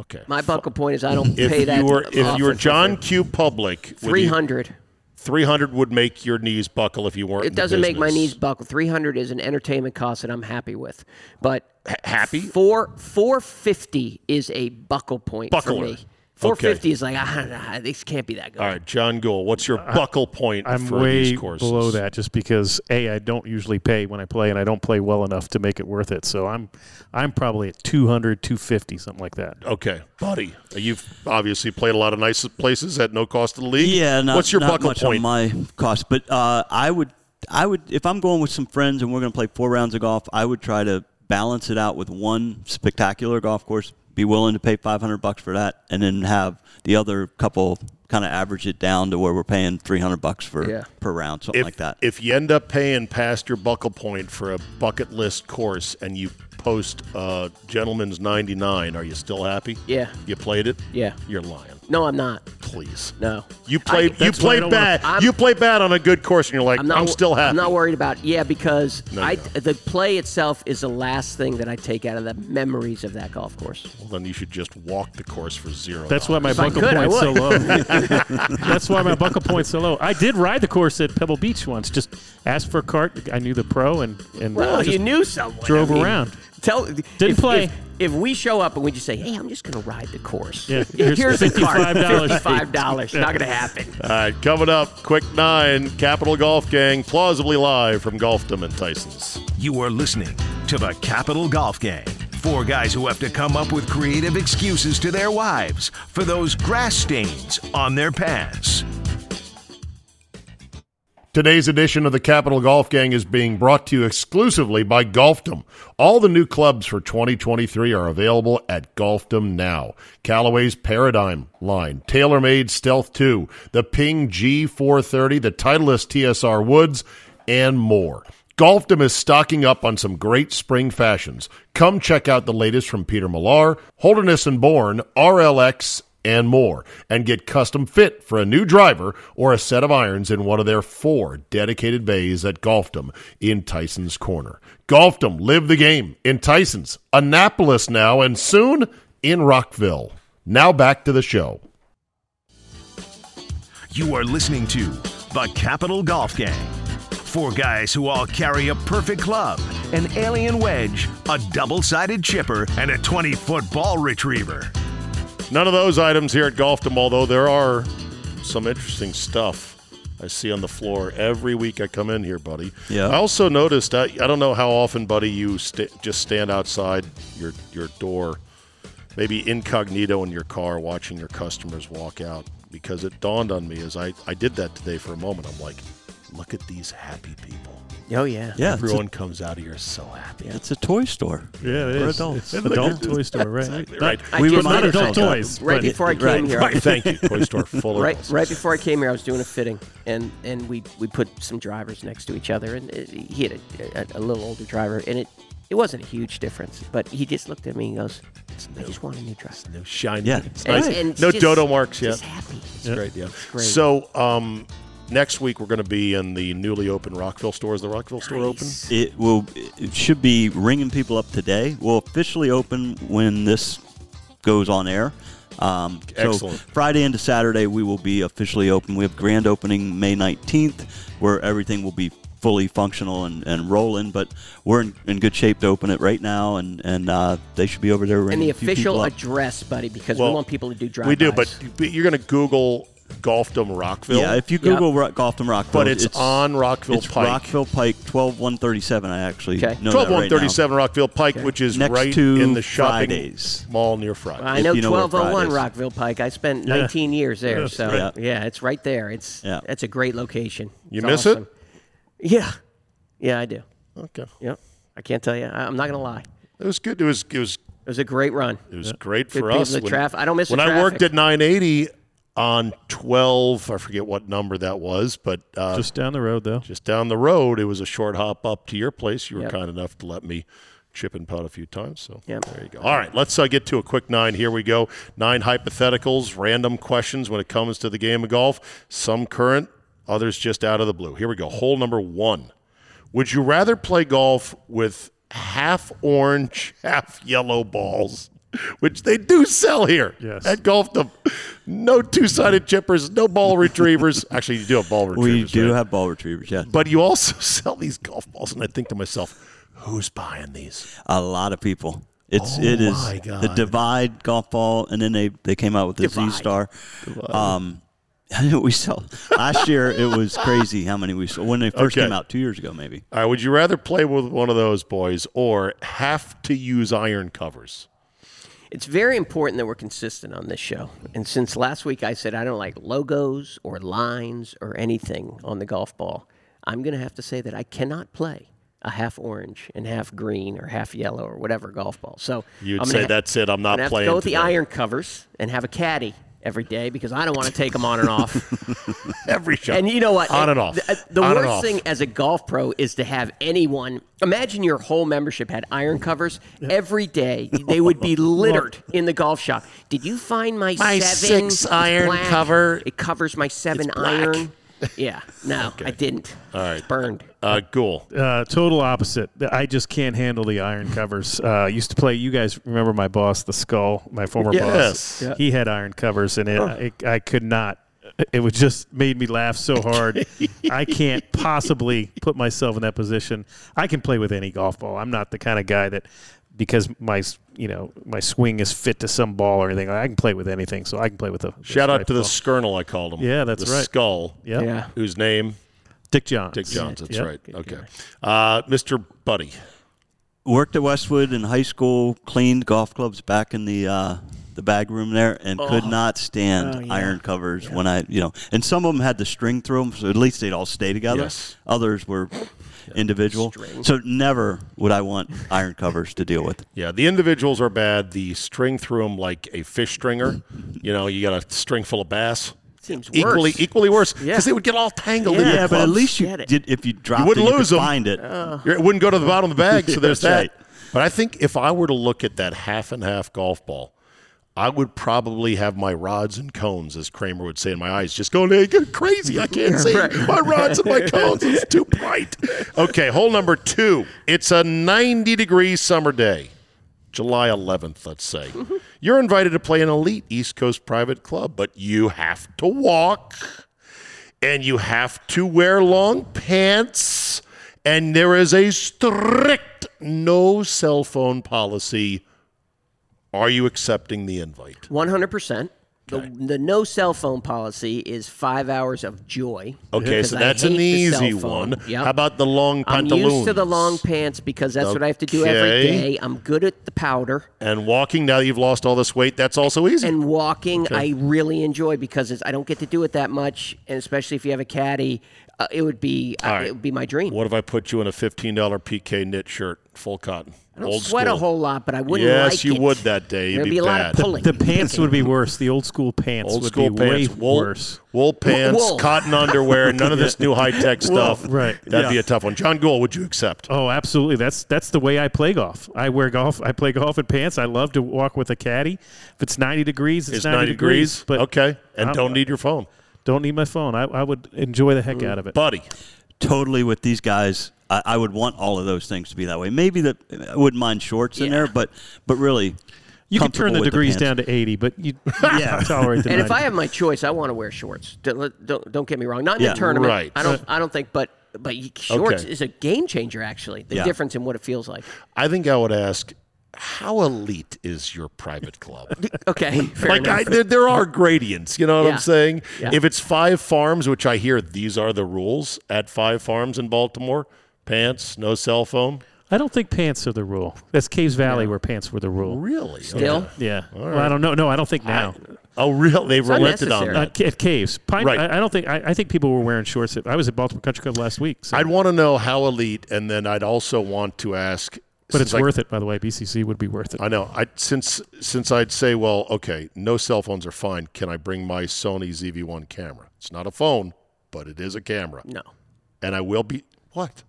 Speaker 2: Okay.
Speaker 5: My buckle point is I don't
Speaker 2: if
Speaker 5: pay that.
Speaker 2: you were if you were
Speaker 5: often.
Speaker 2: John Q. Public, would you-
Speaker 5: 300.
Speaker 2: 300 would make your knees buckle if you weren't. in
Speaker 5: It
Speaker 2: the
Speaker 5: doesn't make my
Speaker 2: business.
Speaker 5: knees buckle. 300 is an entertainment cost that I'm happy with. But
Speaker 2: happy?
Speaker 5: Four 450 is a buckle point
Speaker 2: Buckler.
Speaker 5: for me. 450 is like ah, this can't be that good.
Speaker 2: All right, John Gould, what's your buckle point
Speaker 3: Uh, I'm
Speaker 2: for
Speaker 3: way
Speaker 2: these courses?
Speaker 3: below that just because a I don't usually pay when I play and I don't play well enough to make it worth it. So I'm I'm probably at 200, 250, something like that.
Speaker 2: Okay, buddy, you've obviously played a lot of nice places at no cost to the league.
Speaker 4: Yeah, not,
Speaker 2: what's your
Speaker 4: not
Speaker 2: buckle
Speaker 4: much
Speaker 2: point?
Speaker 4: on my cost, but uh, I would, I would, if I'm going with some friends and we're going to play four rounds of golf, I would try to balance it out with one spectacular golf course. Be willing to pay 500 bucks for that, and then have the other couple kind of average it down to where we're paying 300 bucks for
Speaker 5: Yeah.
Speaker 4: per round, something
Speaker 2: if,
Speaker 4: like that.
Speaker 2: if you end up paying past your buckle point for a bucket list course and you post uh, Gentleman's 99, are you still happy?
Speaker 5: Yeah.
Speaker 2: You played it?
Speaker 5: Yeah.
Speaker 2: You're lying.
Speaker 5: No, I'm not.
Speaker 2: Please.
Speaker 5: No.
Speaker 2: You played you
Speaker 3: that's why I
Speaker 2: played
Speaker 3: don't wanna-
Speaker 2: bad.
Speaker 5: I'm-
Speaker 2: you played bad on a good course and you're like, I'm, still happy.
Speaker 5: I'm not worried about. it. Yeah, because
Speaker 2: No,
Speaker 5: I
Speaker 2: you're not.
Speaker 5: the play itself is the last thing that I take out of the memories of that golf course.
Speaker 2: Well, then you should just walk the course for zero.
Speaker 3: That's why my
Speaker 5: I
Speaker 3: buckle
Speaker 5: could, I
Speaker 3: point's so low. That's why my buckle point's so low. I did ride the course at Pebble Beach once. Just asked for a cart. I knew the pro and and
Speaker 5: Well,
Speaker 3: just
Speaker 5: you knew someone.
Speaker 3: drove
Speaker 5: I mean,
Speaker 3: around.
Speaker 5: Tell
Speaker 3: Didn't
Speaker 5: if,
Speaker 3: play.
Speaker 5: If, if we say, "Hey, I'm just gonna ride the course." if we show up and we just say, "Hey, I'm just going to
Speaker 3: Yeah,
Speaker 5: ride the course," here's,
Speaker 3: here's
Speaker 5: the card,
Speaker 3: $55 fee.
Speaker 5: Fifty-five dollars. Not going to happen.
Speaker 2: All right, coming up, Quick Nine, Capital Golf Gang, plausibly live from Golfdom and Tyson's.
Speaker 1: You are listening to the Capital Golf Gang. Four guys who have to come up with creative excuses to their wives for those grass stains on their pants.
Speaker 2: Today's edition of the Capital Golf Gang is being brought to you exclusively by Golfdom. All the new clubs for 2023 are available at Golfdom now. Callaway's Paradigm line, TaylorMade Stealth 2, the Ping G430, the Titleist TSR Woods, and more. Golfdom is stocking up on some great spring fashions. Come check out the latest from Peter Millar, Holderness and Bourne, RLX, and more, and get custom fit for a new driver or a set of irons in one of their four dedicated bays at Golfdom in Tyson's Corner. Golfdom, live the game in Tyson's, Annapolis now, and soon in Rockville. Now back to the show.
Speaker 1: You are listening to the Capital Golf Gang. Four guys who all carry a perfect club, an alien wedge, a double sided chipper, and a 20 foot ball retriever.
Speaker 2: None of those items here at Golfdom, although there are some interesting stuff I see on the floor every week I come in here, buddy.
Speaker 4: Yeah.
Speaker 2: I also noticed, I, I don't know how often, buddy, you st- just stand outside your, your door, maybe incognito in your car, watching your customers walk out, because it dawned on me as I, I did that today for a moment. I'm like, look at these happy people.
Speaker 5: Oh yeah.
Speaker 4: yeah, it's a,
Speaker 2: Everyone comes out of here so happy.
Speaker 4: it's a toy store.
Speaker 3: Yeah, it
Speaker 4: For
Speaker 3: is.
Speaker 4: adults.
Speaker 3: It's adult toy store, right? Not-
Speaker 2: right.
Speaker 5: I
Speaker 4: We
Speaker 5: came
Speaker 4: were not
Speaker 5: here-
Speaker 4: adult
Speaker 3: toys,
Speaker 5: Right
Speaker 3: but-
Speaker 5: before I came
Speaker 4: Right,
Speaker 5: here,
Speaker 2: Right, thank you. Toy store full of
Speaker 5: right,
Speaker 2: us.
Speaker 5: right before I came here, I was doing a fitting, and, and we, we put some drivers next to each other, and uh, he had a, a, a little older driver, and it, it wasn't a huge difference, but he just looked at me and goes, "I just want a new driver."
Speaker 2: No shiny.
Speaker 4: Yeah.
Speaker 2: It's
Speaker 5: And-
Speaker 2: nice.
Speaker 5: and
Speaker 2: no
Speaker 5: just-
Speaker 2: dodo marks yet.
Speaker 5: Just happy.
Speaker 2: It's great, yeah.
Speaker 5: great.
Speaker 2: So, um, next week we're going to be in the newly opened Rockville store. Is the Rockville store open?
Speaker 4: It will. It should be ringing people up today. We'll officially open when this goes on air. Um, so
Speaker 2: Excellent.
Speaker 4: Friday into Saturday, we will be officially open. We have grand opening May 19th, where everything will be fully functional and, and rolling. But we're in, in good shape to open it right now, and and uh, they should be over there.
Speaker 5: And the
Speaker 4: ringing a few people
Speaker 5: official
Speaker 4: up.
Speaker 5: address, buddy, because we want people to do drive.
Speaker 2: We do, but but you're going to Google Golfdom Rockville.
Speaker 4: Yeah, if you Google Rock, Golfdom Rockville,
Speaker 2: But it's on Rockville
Speaker 4: it's
Speaker 2: Pike.
Speaker 4: Rockville Pike, twelve one thirty seven. I actually
Speaker 5: Okay.
Speaker 4: know
Speaker 2: twelve
Speaker 4: that
Speaker 2: one
Speaker 4: right now.
Speaker 2: thirty seven Rockville Pike, which is
Speaker 4: Next
Speaker 2: right
Speaker 4: to
Speaker 2: in the shopping
Speaker 4: Fridays.
Speaker 2: mall near Friday.
Speaker 5: I
Speaker 4: if
Speaker 5: know,
Speaker 4: you know where
Speaker 5: 1201
Speaker 4: Fridays.
Speaker 5: Rockville Pike. I spent 19 years there, so uh,
Speaker 4: right.
Speaker 5: yeah, it's right there. It's
Speaker 4: Yeah.
Speaker 5: that's a great location.
Speaker 2: You
Speaker 5: It's
Speaker 2: miss it?
Speaker 5: awesome. Yeah, yeah, I do.
Speaker 2: Okay,
Speaker 5: Yep, I can't tell you. I, I'm not gonna lie.
Speaker 2: it was good. It was it was
Speaker 5: It was a great run.
Speaker 2: It was great
Speaker 5: Good
Speaker 2: for
Speaker 5: people,
Speaker 2: us.
Speaker 5: the traffic- I don't miss the
Speaker 2: when I worked
Speaker 5: traffic.
Speaker 2: at 980 on 12. I forget what number that was, but uh, just,
Speaker 3: Just down the road, though.
Speaker 2: down the road, it was a short hop up to your place. You were
Speaker 5: Yep.
Speaker 2: kind enough to let me chip and putt a few times. So
Speaker 5: Yep.
Speaker 2: there you go. All right, let's uh, get to a quick nine. Here we go. Nine hypotheticals, random questions when it comes to the game of golf. Some current, others just out of the blue. Here we go. Hole number one. Would you rather play golf with half orange, half yellow balls, which they do sell here
Speaker 3: Yes.
Speaker 2: at Golf Dome? No two sided chippers, no ball retrievers. Actually, you do have ball retrievers.
Speaker 4: We do
Speaker 2: right?
Speaker 4: have ball retrievers. Yeah,
Speaker 2: But you also sell these golf balls, and I think to myself, who's buying these?
Speaker 4: a lot of people. It's it is
Speaker 2: Oh my God.
Speaker 4: the divide golf ball, and then they they came out with the Z Star. Um, we sell last year. It was crazy how many we sold when they first
Speaker 2: Okay.
Speaker 4: came out two years ago, maybe.
Speaker 2: All right, would you rather play with one of those boys or have to use iron covers?
Speaker 5: It's very important that we're consistent on this show. And since last week I said I don't like logos or lines or anything on the golf ball, I'm going to have to say that I cannot play a half orange and half green or half yellow or whatever golf ball. So
Speaker 2: You'd
Speaker 5: I'm gonna
Speaker 2: say
Speaker 5: ha-
Speaker 2: that's it. I'm not
Speaker 5: I'm gonna have
Speaker 2: playing
Speaker 5: To go with the
Speaker 2: today.
Speaker 5: iron covers and have a caddy every day because I don't want to take them on and off.
Speaker 2: Every shot.
Speaker 5: And you know what?
Speaker 2: On and off.
Speaker 5: The, uh, the
Speaker 2: On and
Speaker 5: worst
Speaker 2: off.
Speaker 5: thing as a golf pro is to have anyone. Imagine your whole membership had iron covers every day. They would be littered in the golf shop. Did you find my,
Speaker 2: My
Speaker 5: seven
Speaker 2: six
Speaker 5: It's
Speaker 2: iron
Speaker 5: black.
Speaker 2: cover.
Speaker 5: It covers my seven
Speaker 2: black.
Speaker 5: iron. Yeah. No, I didn't. All
Speaker 2: right.
Speaker 5: Burned.
Speaker 2: Uh, Ghoul.
Speaker 3: Uh, total opposite. I just can't handle the iron covers. Uh, I used to play. You guys remember my boss, the Skull, my former
Speaker 2: Yes.
Speaker 3: boss. He had iron covers, and it, it, I could not. It was just made me laugh so hard. I can't possibly put myself in that position. I can play with any golf ball. I'm not the kind of guy that because my s- you know my swing is fit to some ball or anything. I can play with anything, so I can play with a
Speaker 2: Shout out to the
Speaker 3: ball.
Speaker 2: Skernel, I called him.
Speaker 3: Yeah, that's
Speaker 2: the
Speaker 3: right.
Speaker 2: Skull.
Speaker 3: Yep.
Speaker 5: Yeah.
Speaker 2: Whose name?
Speaker 3: Dick Johns.
Speaker 2: Dick Johns. That's
Speaker 3: Yep.
Speaker 2: right. Okay. Uh, Mr. Buddy.
Speaker 4: Worked at Westwood in high school, cleaned golf clubs back in the uh, the bag room there, and
Speaker 2: Oh.
Speaker 4: could not stand iron covers when I, you know, and some of them had the string through them, so at least they'd all stay together.
Speaker 2: Yes.
Speaker 4: Others were individual. So never would I want iron covers to deal with.
Speaker 2: Yeah, the individuals are bad. The string through them like a fish stringer. you know, you got a string full of bass.
Speaker 5: Seems
Speaker 2: equally
Speaker 5: worse.
Speaker 2: equally worse because
Speaker 5: Yeah.
Speaker 2: they would get all tangled in
Speaker 4: Yeah,
Speaker 2: your
Speaker 4: but at
Speaker 2: clubs. Uh.
Speaker 4: least you
Speaker 5: Get it.
Speaker 4: did. If you dropped
Speaker 2: you wouldn't
Speaker 4: it, you
Speaker 2: lose
Speaker 4: could
Speaker 2: them.
Speaker 4: find it.
Speaker 2: It wouldn't go to the bottom of the bag. So there's that.
Speaker 4: That's
Speaker 2: But I think if I were to look at that half and half golf ball, I would probably have my rods and cones, as Kramer would say, in my eyes, just going, hey, you're crazy. I can't see my rods and my cones. It's too bright. Okay, hole number two. It's a 90 degree summer day, July 11th, let's say. You're invited to play an elite East Coast private club, but you have to walk and you have to wear long pants, and there is a strict no cell phone policy. Are you accepting the invite?
Speaker 5: 100%. The, the no cell phone policy is five hours of joy.
Speaker 2: Okay,
Speaker 5: because
Speaker 2: so
Speaker 5: I
Speaker 2: that's
Speaker 5: hate
Speaker 2: an
Speaker 5: the cell
Speaker 2: easy
Speaker 5: phone.
Speaker 2: one.
Speaker 5: Yep.
Speaker 2: How about the long
Speaker 5: I'm
Speaker 2: pantaloons?
Speaker 5: used to the long pants because that's what I have to do every
Speaker 2: Okay.
Speaker 5: day. I'm good at the powder
Speaker 2: and walking. Now that you've lost all this weight, that's also easy.
Speaker 5: and walking. I really enjoy because it's, I don't get to do it that much, and especially if you have a caddy, uh, it would be uh,
Speaker 2: right.
Speaker 5: it would be my dream.
Speaker 2: what if I put you in a fifteen dollar PK knit shirt, full cotton,
Speaker 5: I don't
Speaker 2: old
Speaker 5: sweat
Speaker 2: school?
Speaker 5: a whole lot, but I wouldn't.
Speaker 2: Yes,
Speaker 5: like
Speaker 2: you
Speaker 5: it.
Speaker 2: would that day. You'd
Speaker 5: There'd
Speaker 2: be
Speaker 5: be, a lot
Speaker 2: bad.
Speaker 5: of pulling.
Speaker 3: The pants would be worse. The old school pants
Speaker 2: Old
Speaker 3: would
Speaker 2: school
Speaker 3: be
Speaker 2: pants,
Speaker 3: way
Speaker 2: wool,
Speaker 3: worse.
Speaker 2: wool pants,
Speaker 5: wool.
Speaker 2: cotton underwear, none of this new high tech stuff.
Speaker 3: right.
Speaker 2: That'd
Speaker 3: Yeah.
Speaker 2: be a tough one. John Gould, would you accept?
Speaker 3: Oh, absolutely. That's that's the way I play golf. I wear golf. I play golf in pants. I love to walk with a caddy. If it's ninety degrees, it's,
Speaker 2: It's 90 degrees.
Speaker 3: But
Speaker 2: okay. And
Speaker 3: I'm-
Speaker 2: don't need your phone.
Speaker 3: don't need my phone. I, I would enjoy the heck out of it.
Speaker 2: Buddy.
Speaker 4: totally with these guys. I, I would want all of those things to be that way. Maybe that I wouldn't mind shorts in there, but but really,
Speaker 3: you can turn
Speaker 4: comfortable
Speaker 3: the
Speaker 4: with
Speaker 3: degrees
Speaker 4: pants.
Speaker 3: down to eighty, but you yeah tolerate the.
Speaker 5: And if
Speaker 3: 90.
Speaker 5: I have my choice, I want to wear shorts. Don't let- don't, don't get me wrong. Not in
Speaker 4: Yeah,
Speaker 5: the tournament.
Speaker 2: right.
Speaker 5: I don't. I don't think. But but you- shorts
Speaker 2: Okay.
Speaker 5: is a game changer. Actually, the
Speaker 4: Yeah.
Speaker 5: difference in what it feels like.
Speaker 2: I think I would ask how elite is your private club?
Speaker 5: Okay, fair
Speaker 2: like
Speaker 5: enough.
Speaker 2: I, there, there are gradients you know what
Speaker 5: Yeah.
Speaker 2: i'm saying
Speaker 5: Yeah.
Speaker 2: if it's five farms which i hear these are the rules at five farms in baltimore pants no cell phone
Speaker 3: I don't think pants are the rule. That's Caves Valley where pants were the rule.
Speaker 2: really
Speaker 5: Still,
Speaker 2: Okay.
Speaker 3: Yeah. Well, I don't know. No, I don't think now.
Speaker 2: oh really they've relented on
Speaker 5: unnecessary.
Speaker 3: Uh,
Speaker 2: that
Speaker 3: ca- at caves, Pine,
Speaker 2: Right.
Speaker 3: I, I don't think. I, I think people were wearing shorts. At, I was at Baltimore Country Club last week. So,
Speaker 2: i'd want to know how elite and then i'd also want to ask
Speaker 3: but it's
Speaker 2: since I-
Speaker 3: worth it, by the way. BCC would be worth it.
Speaker 2: I know. I since since I'd say, well, okay, no cell phones are fine. Can I bring my Sony ZV1 camera? It's not a phone, but it is a camera,
Speaker 5: no,
Speaker 2: and I will be what?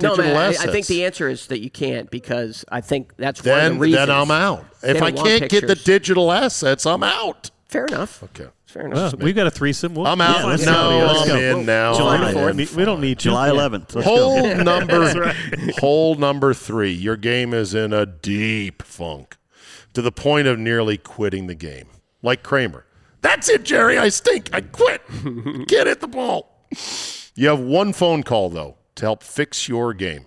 Speaker 5: no,
Speaker 2: Digital
Speaker 5: man. I, I
Speaker 2: assets.
Speaker 5: think the answer is that you can't because I think that's one
Speaker 2: then
Speaker 5: of the reasons.
Speaker 2: then I'm out.
Speaker 5: they
Speaker 2: If
Speaker 5: don't
Speaker 2: I
Speaker 5: want
Speaker 2: can't get the
Speaker 5: pictures.
Speaker 2: digital assets, I'm out.
Speaker 5: Fair enough.
Speaker 2: Okay.
Speaker 5: Fair enough.
Speaker 3: Well, Oh, we've got a threesome. We'll,
Speaker 2: I'm out.
Speaker 3: Yeah, let's
Speaker 2: no,
Speaker 3: go. Let's
Speaker 2: I'm
Speaker 3: go.
Speaker 2: in now.
Speaker 4: July
Speaker 2: I'm
Speaker 3: We don't
Speaker 2: in.
Speaker 3: need- we don't need you.
Speaker 4: July
Speaker 3: Yeah.
Speaker 4: 11th. Let's go.
Speaker 2: Hole number hole number three. Your game is in a deep funk to the point of nearly quitting the game. Like Kramer. That's it, Jerry. I stink. I quit. Get at the ball. You have one phone call though to help fix your game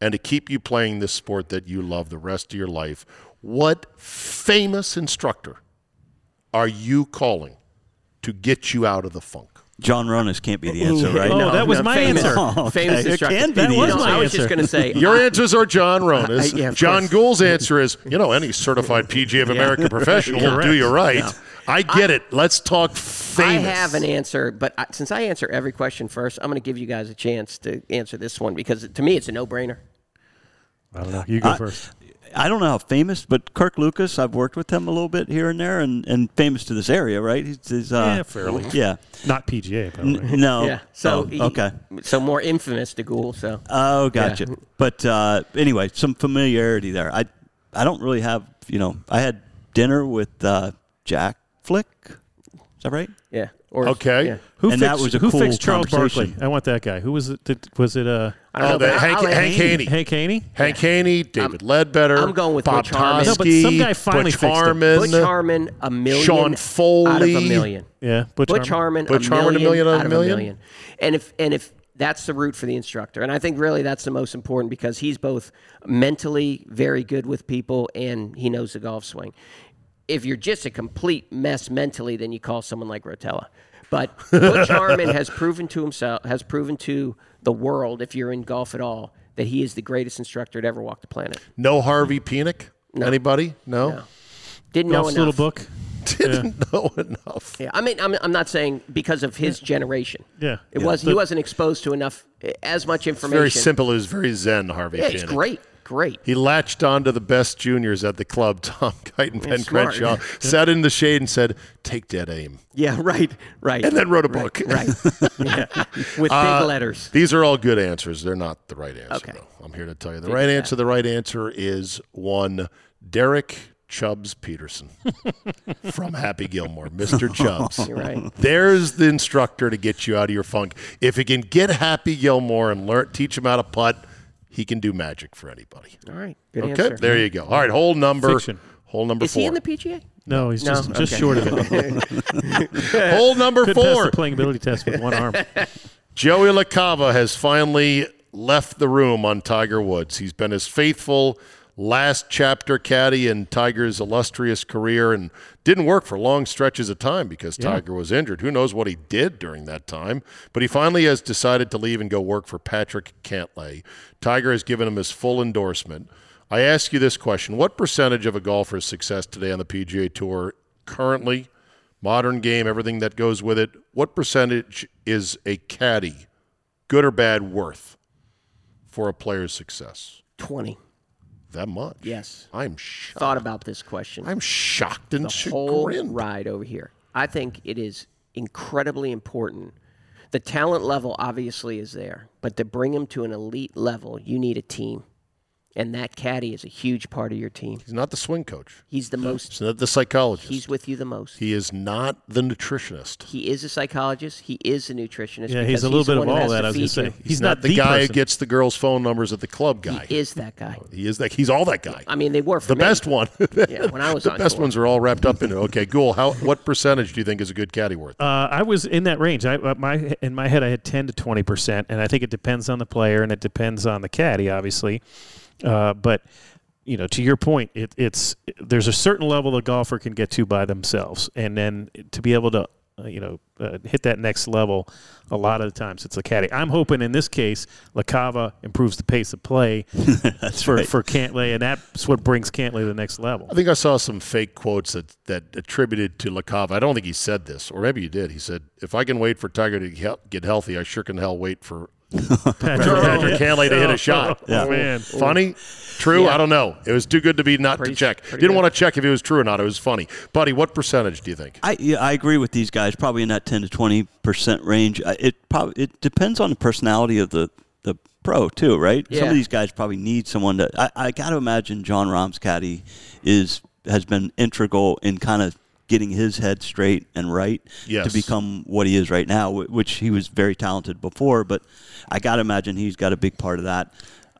Speaker 2: and to keep you playing this sport that you love the rest of your life. What famous instructor are you calling to get you out of the funk?
Speaker 4: John Ronas can't be the answer, right?
Speaker 3: Oh,
Speaker 4: now.
Speaker 3: that was my
Speaker 5: famous,
Speaker 3: answer.
Speaker 4: Oh, okay.
Speaker 5: Famous
Speaker 4: It
Speaker 5: instructor.
Speaker 4: can be
Speaker 5: No,
Speaker 4: the
Speaker 3: was my
Speaker 5: I was just
Speaker 3: answer.
Speaker 5: going to say
Speaker 2: Your answers are John Ronas.
Speaker 5: I- yeah, of
Speaker 2: John
Speaker 5: course.
Speaker 2: Gould's answer is, you know, any certified PG of America professional will do you right. I get it. Let's talk famous.
Speaker 5: I have an answer, but I, since I answer every question first, I'm going to give you guys a chance to answer this one because to me it's a no-brainer.
Speaker 3: I don't know. You go first.
Speaker 4: I don't know how famous, but Kirk Lucas, I've worked with him a little bit here and there, and, and famous to this area, right? He's, he's, uh,
Speaker 3: Yeah, fairly.
Speaker 4: Yeah.
Speaker 3: Not PGA. By the way.
Speaker 4: N- no.
Speaker 5: Yeah. So
Speaker 4: Oh,
Speaker 5: he-
Speaker 4: okay.
Speaker 5: So more infamous to Ghoul. So
Speaker 4: Oh, gotcha. But uh, anyway, some familiarity there. I I don't really have you know. I had dinner with uh, Jack Flick. Is that right?
Speaker 5: yeah. Or
Speaker 2: Okay.
Speaker 5: yeah.
Speaker 3: Who
Speaker 4: And
Speaker 3: fixed,
Speaker 4: that was a
Speaker 3: who
Speaker 4: cool
Speaker 3: fixed Charles
Speaker 4: conversation.
Speaker 3: Barkley? I want that guy. Who was it? Did, was it uh,
Speaker 5: I don't
Speaker 2: Oh,
Speaker 5: know,
Speaker 2: the
Speaker 5: but I-
Speaker 2: Hank-
Speaker 5: I'll let
Speaker 2: Hank
Speaker 5: Haney-
Speaker 2: Haney.
Speaker 3: Hank Haney?
Speaker 2: Hank Haney, David Ledbetter.
Speaker 5: I'm going with
Speaker 2: Bob
Speaker 5: Butch Harmon. No,
Speaker 3: but
Speaker 2: Toski,
Speaker 3: some guy finally
Speaker 2: Butch
Speaker 3: fixed him.
Speaker 2: Harmon.
Speaker 5: Butch Harmon a million.
Speaker 2: Sean Foley.
Speaker 5: out of a million.
Speaker 3: Yeah, Butch,
Speaker 5: Butch
Speaker 3: Harmon.
Speaker 5: Harmon,
Speaker 2: Butch
Speaker 5: a
Speaker 2: Harmon, a
Speaker 5: million,
Speaker 2: million
Speaker 5: out of a million. And if and if that's the route for the instructor, and I think really that's the most important because he's both mentally very good with people and he knows the golf swing. If you're just a complete mess mentally, then you call someone like Rotella. But Butch Harmon has proven to himself, has proven to the world, if you're in golf at all, that he is the greatest instructor to ever walk the planet.
Speaker 2: No Harvey Penick. Anybody? No.
Speaker 5: Didn't know
Speaker 3: Golf's
Speaker 5: enough.
Speaker 3: little book.
Speaker 2: Didn't know enough.
Speaker 5: Yeah, I mean, I'm, I'm not saying because of his generation.
Speaker 3: Yeah.
Speaker 5: it
Speaker 3: Yeah.
Speaker 5: was he
Speaker 3: The-
Speaker 5: wasn't exposed to enough eh, as much information.
Speaker 2: Very simple. It was very zen, Harvey
Speaker 5: Yeah,
Speaker 2: Pinnick.
Speaker 5: he's great, great.
Speaker 2: He latched on to the best juniors at the club, Tom Kite and Ben
Speaker 5: smart.
Speaker 2: Crenshaw, sat in the shade and said, Take dead aim.
Speaker 5: Yeah, right, right.
Speaker 2: And then uh, wrote a book.
Speaker 5: right, Yeah. with big letters.
Speaker 2: These are all good answers. They're not the right answer.
Speaker 5: Okay.
Speaker 2: Though. I'm here to tell you the right answer. The right answer is one Derek Chubbs Peterson from Happy Gilmore, Mr. Chubbs.
Speaker 5: You're right.
Speaker 2: There's the instructor to get you out of your funk. If he can get Happy Gilmore and learn, teach him how to putt, he can do magic for anybody.
Speaker 5: All right, good
Speaker 2: Okay,
Speaker 5: answer.
Speaker 2: there you go. All right, hole number.
Speaker 3: Fiction.
Speaker 2: Hole number
Speaker 5: Is
Speaker 2: four.
Speaker 5: he in the PGA?
Speaker 3: No, he's just
Speaker 5: No?
Speaker 3: just
Speaker 5: Okay.
Speaker 3: short of it.
Speaker 2: hole number
Speaker 3: Couldn't pass
Speaker 2: four.
Speaker 3: the playing ability test with one arm.
Speaker 2: Joey LaCava has finally left the room on Tiger Woods. He's been his faithful last chapter caddy in Tiger's illustrious career and didn't work for long stretches of time because Tiger was injured. Who knows what he did during that time? But he finally has decided to leave and go work for Patrick Cantlay. Tiger has given him his full endorsement. I ask you this question What percentage of a golfer's success today on the PGA Tour currently modern game, everything that goes with it. What percentage is a caddy, good or bad, worth for a player's success?
Speaker 5: Twenty.
Speaker 2: That much?
Speaker 5: Yes.
Speaker 2: I'm shocked.
Speaker 5: Thought about this question.
Speaker 2: I'm shocked and
Speaker 5: whole
Speaker 2: chagrined.
Speaker 5: ride over here. I think it is incredibly important. The talent level obviously is there, but to bring him to an elite level, you need a team, and that caddy is a huge part of your team.
Speaker 2: He's not the swing coach.
Speaker 5: He's the most.
Speaker 2: He's not the psychologist.
Speaker 5: He's with you the most.
Speaker 2: he is not the nutritionist.
Speaker 5: He is a psychologist. He is a nutritionist.
Speaker 3: Yeah,
Speaker 5: because
Speaker 3: he's a little
Speaker 5: the
Speaker 3: bit of
Speaker 5: one who
Speaker 3: all
Speaker 5: has
Speaker 3: that.
Speaker 5: to
Speaker 3: I was gonna
Speaker 5: feed
Speaker 3: say
Speaker 5: you.
Speaker 3: he's, not,
Speaker 2: the, guy
Speaker 3: person.
Speaker 2: who gets the girls' phone numbers at the club guy.
Speaker 5: He is that guy.
Speaker 2: He is that. He's all that guy.
Speaker 5: I mean, they were for
Speaker 2: the
Speaker 5: me.
Speaker 2: best one.
Speaker 5: Yeah, when I was
Speaker 2: the
Speaker 5: on
Speaker 2: best
Speaker 5: tour.
Speaker 2: ones are all wrapped up in it. Okay, Ghoul, how what percentage do you think is a good caddy worth?
Speaker 3: Uh, I was in that range. I uh, my in my head I had ten to twenty percent, and I think it depends on the player and it depends on the caddy, obviously. Uh, but you know, to your point, it, it's there's a certain level a golfer can get to by themselves, and then to be able to, uh, you know, uh, hit that next level, a lot of the times it's a caddy. I'm hoping in this case, Lacava improves the pace of play for for Cantlay, and that's what brings Cantlay to the next level.
Speaker 2: I think I saw some fake quotes that, that attributed to LaCava. I don't think he said this, or maybe he did. He said, "If I can wait for Tiger to he- get healthy, I sure can hell wait for
Speaker 3: Patrick,
Speaker 2: Patrick Cantlay to hit a shot."
Speaker 3: Yeah. Man.
Speaker 2: funny, true. I don't know. It was too good to be not to check. Didn't want to check if it was true or not. It was funny, buddy. What percentage do you think?
Speaker 4: I yeah, I agree with these guys. Probably in that ten to twenty percent range. I- It probably it depends on the personality of the the pro too, right? Some
Speaker 5: Yeah.
Speaker 4: of these guys probably need someone to. I, I got to imagine John Rahm's caddy is has been integral in kind of getting his head straight and right
Speaker 2: Yes.
Speaker 4: to become what he is right now, wh- which he was very talented before. But I got to imagine he's got a big part of that.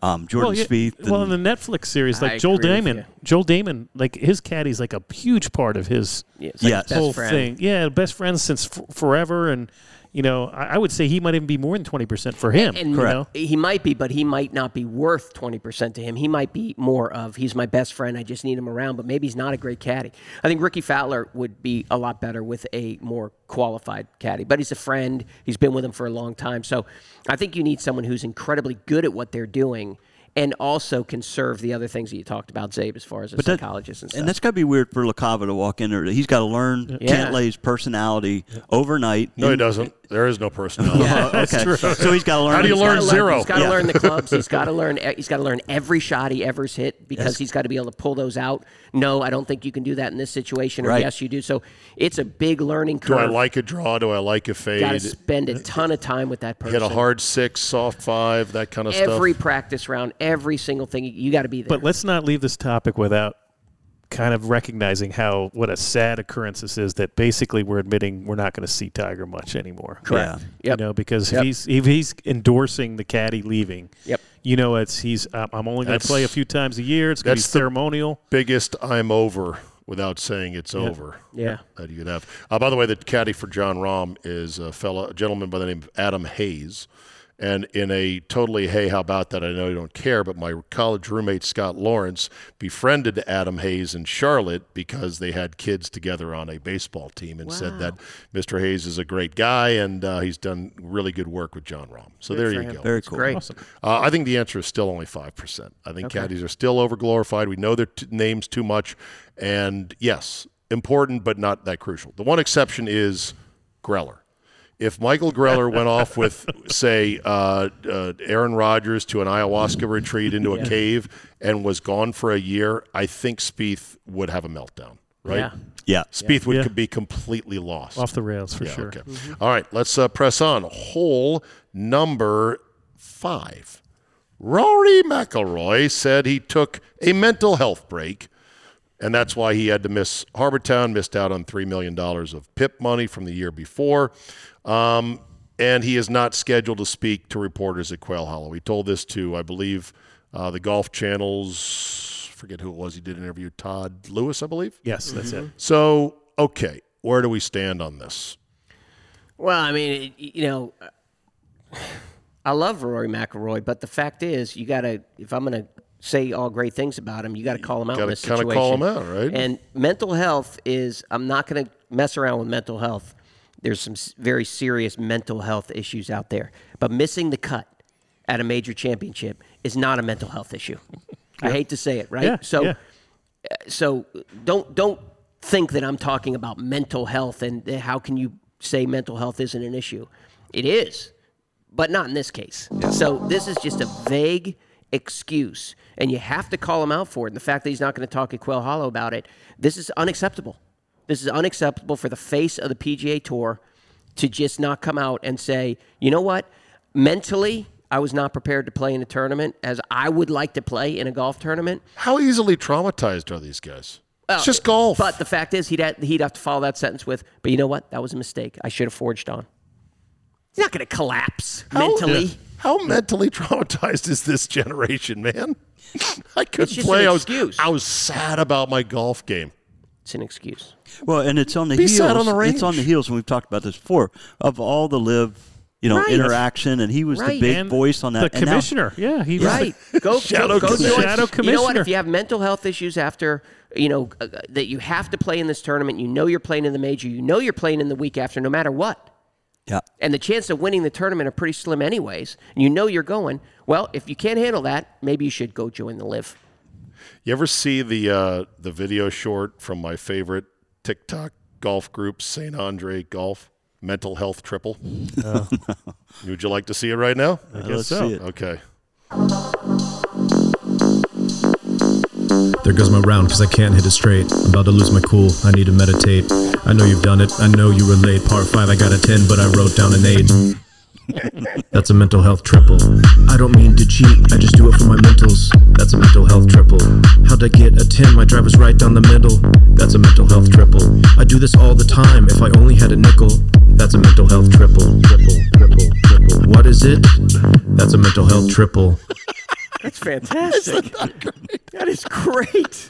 Speaker 4: Um, Jordan
Speaker 3: Well, yeah,
Speaker 4: Spieth. and-
Speaker 3: well, in the Netflix series,
Speaker 5: I
Speaker 3: like Joel
Speaker 5: agree with
Speaker 3: Damon,
Speaker 5: you.
Speaker 3: Joel Damon, like his caddy's like a huge part of his
Speaker 5: Yeah, it's like
Speaker 4: Yeah,
Speaker 5: his
Speaker 4: Best
Speaker 3: whole
Speaker 5: friend.
Speaker 3: thing. Yeah, best friends since f- forever, and you know, I, I would say he might even be more than twenty percent for him.
Speaker 5: And
Speaker 3: you know?
Speaker 5: he might be, but he might not be worth twenty percent to him. He might be more of he's my best friend. I just need him around, but maybe he's not a great caddy. I think Ricky Fowler would be a lot better with a more qualified caddy, but he's a friend. He's been with him for a long time, so I think you need someone who's incredibly good at what they're doing. And also can serve the other things that you talked about, Zabe, as far as a
Speaker 4: that-
Speaker 5: psychologist and stuff.
Speaker 4: And that's got to be weird for LaCava to walk in there. He's got to learn
Speaker 5: Yeah.
Speaker 4: Cantlay's personality overnight.
Speaker 2: No, he doesn't. There is no personality.
Speaker 4: okay. So he's got to learn.
Speaker 2: How do you
Speaker 4: he's
Speaker 2: learn
Speaker 5: gotta
Speaker 4: gotta
Speaker 2: zero?
Speaker 5: He's got to
Speaker 4: Yeah.
Speaker 5: learn the clubs. He's got to learn. e, He's got to learn every shot he ever's hit because he's got to be able to pull those out. No, I don't think you can do that in this situation. Or
Speaker 4: Right.
Speaker 5: yes, you do. So it's a big learning
Speaker 2: Do
Speaker 5: curve.
Speaker 2: I like a draw? Do I like a
Speaker 5: Got to
Speaker 2: fade?
Speaker 5: spend a ton of time with that person.
Speaker 2: Hit a hard six, soft five, that kind of
Speaker 5: every
Speaker 2: stuff.
Speaker 5: practice round, every single thing. You got to be there.
Speaker 3: but let's not leave this topic without kind of recognizing how what a sad occurrence this is that basically we're admitting we're not going to see Tiger much anymore.
Speaker 4: Correct.
Speaker 5: Yep.
Speaker 3: You know, because if he's if he's endorsing the caddy leaving,
Speaker 5: Yep.
Speaker 3: You know, it's he's uh, I'm only going to
Speaker 2: That's-
Speaker 3: play a few times a year. It's going to be
Speaker 2: that's the-
Speaker 3: ceremonial.
Speaker 2: Biggest I'm over without saying it's over.
Speaker 5: Yeah.
Speaker 2: That you could have. Uh, by the way, the caddy for John Rahm is a fellow a gentleman by the name of Adam Hayes. And in a totally, hey, how about that? I know you don't care, but my college roommate Scott Lawrence befriended Adam Hayes in Charlotte because they had kids together on a baseball team and said that Mr. Hayes is a great guy and uh, he's done really good work with John Rahm. So there you go.
Speaker 4: Very cool.
Speaker 5: Great.
Speaker 2: Uh, I think the answer is still only 5%. I think caddies are still overglorified. We know their t- names too much. And yes, important, but not that crucial. The one exception is Greller. If Michael Greller went off with, say, uh, uh, Aaron Rodgers to an ayahuasca retreat into a cave and was gone for a year, I think Spieth would have a meltdown, right?
Speaker 5: Yeah.
Speaker 4: Yeah.
Speaker 2: Spieth would be completely lost.
Speaker 3: Off the rails for
Speaker 2: Yeah,
Speaker 3: sure.
Speaker 2: Okay. All right. Let's uh, press on. Hole number five. Rory McIlroy said he took a mental health break, and that's why he had to miss Harbortown. Missed out on three million dollars of PIP money from the year before. Um, and he is not scheduled to speak to reporters at Quail Hollow. He told this to, I believe, uh, the Golf Channel's. Forget who it was. He did an interview. Todd Lewis, I believe.
Speaker 3: Yes, that's it.
Speaker 2: Mm-hmm. So, okay, where do we stand on this?
Speaker 5: Well, I mean, it, you know, I love Rory McIlroy, but the fact is, you got to if I'm going to say all great things about him, you got to call him out
Speaker 2: gotta
Speaker 5: in this
Speaker 2: kinda
Speaker 5: situation.
Speaker 2: call him out, right?
Speaker 5: And mental health is I'm not going to mess around with mental health. There's some s- very serious mental health issues out there, but missing the cut at a major championship is not a mental health issue. I hate to say it, right?
Speaker 3: Yeah,
Speaker 5: so uh,
Speaker 3: yeah.
Speaker 5: so don't don't think that I'm talking about mental health and how can you say mental health isn't an issue? It is, but not in this case. So this is just a vague excuse, and you have to call him out for it. And the fact that he's not going to talk at Quail Hollow about it, this is unacceptable. This is unacceptable for the face of the PGA Tour to just not come out and say, you know what? Mentally, I was not prepared to play in a tournament as I would like to play in a golf tournament.
Speaker 2: How easily traumatized are these guys? it's just golf.
Speaker 5: But the fact is, he'd have, he'd have to follow that sentence with, "But you know what? That was a mistake. I should have forged on." He's not going to collapse
Speaker 2: how,
Speaker 5: mentally.
Speaker 2: How mentally traumatized is this generation, man? I couldn't
Speaker 5: just
Speaker 2: play.
Speaker 5: an
Speaker 2: I was,
Speaker 5: excuse.
Speaker 2: I was sad about my golf game.
Speaker 5: It's an excuse.
Speaker 4: Well, and it's on the
Speaker 2: Be
Speaker 4: heels.
Speaker 2: sad on the
Speaker 4: It's on the
Speaker 2: range.
Speaker 4: heels, and we've talked about this before. Of all the live you know
Speaker 5: Right.
Speaker 4: interaction, and he was the
Speaker 5: Right.
Speaker 4: big
Speaker 3: And
Speaker 4: voice on that.
Speaker 3: the
Speaker 4: and now-
Speaker 3: commissioner. yeah, he was
Speaker 5: Right. Go,
Speaker 2: Shadow
Speaker 5: go, go
Speaker 2: commissioner.
Speaker 5: join-
Speaker 3: Shadow
Speaker 5: You know what?
Speaker 3: commissioner.
Speaker 5: If you have mental health issues after, you know, uh, that you have to play in this tournament, you know you're playing in the major, you know you're playing in the week after, no matter what.
Speaker 4: yeah,
Speaker 5: And the chance of winning the tournament are pretty slim, anyways. And you know you're going. Well, if you can't handle that, maybe you should go join the live.
Speaker 2: You ever see the uh, the video short from my favorite TikTok golf group, St. Andre Golf Mental Health Triple? Would you like to see it right now?
Speaker 3: Oh. I guess
Speaker 4: let's
Speaker 3: so.
Speaker 4: see it.
Speaker 2: Okay.
Speaker 6: There goes my round because I can't hit it straight. I'm about to lose my cool. I need to meditate. I know you've done it. I know you relate. Part five, I got a 10, but I wrote down an 8. That's a mental health triple. I don't mean to cheat. I just do it for my mentals. That's a mental health triple. How'd I get a 10? My drive was right down the middle. That's a mental health triple. I do this all the time. If I only had a nickel, that's a mental health triple. Triple, triple, triple. What is it? That's a mental health triple.
Speaker 5: That's fantastic. that is great.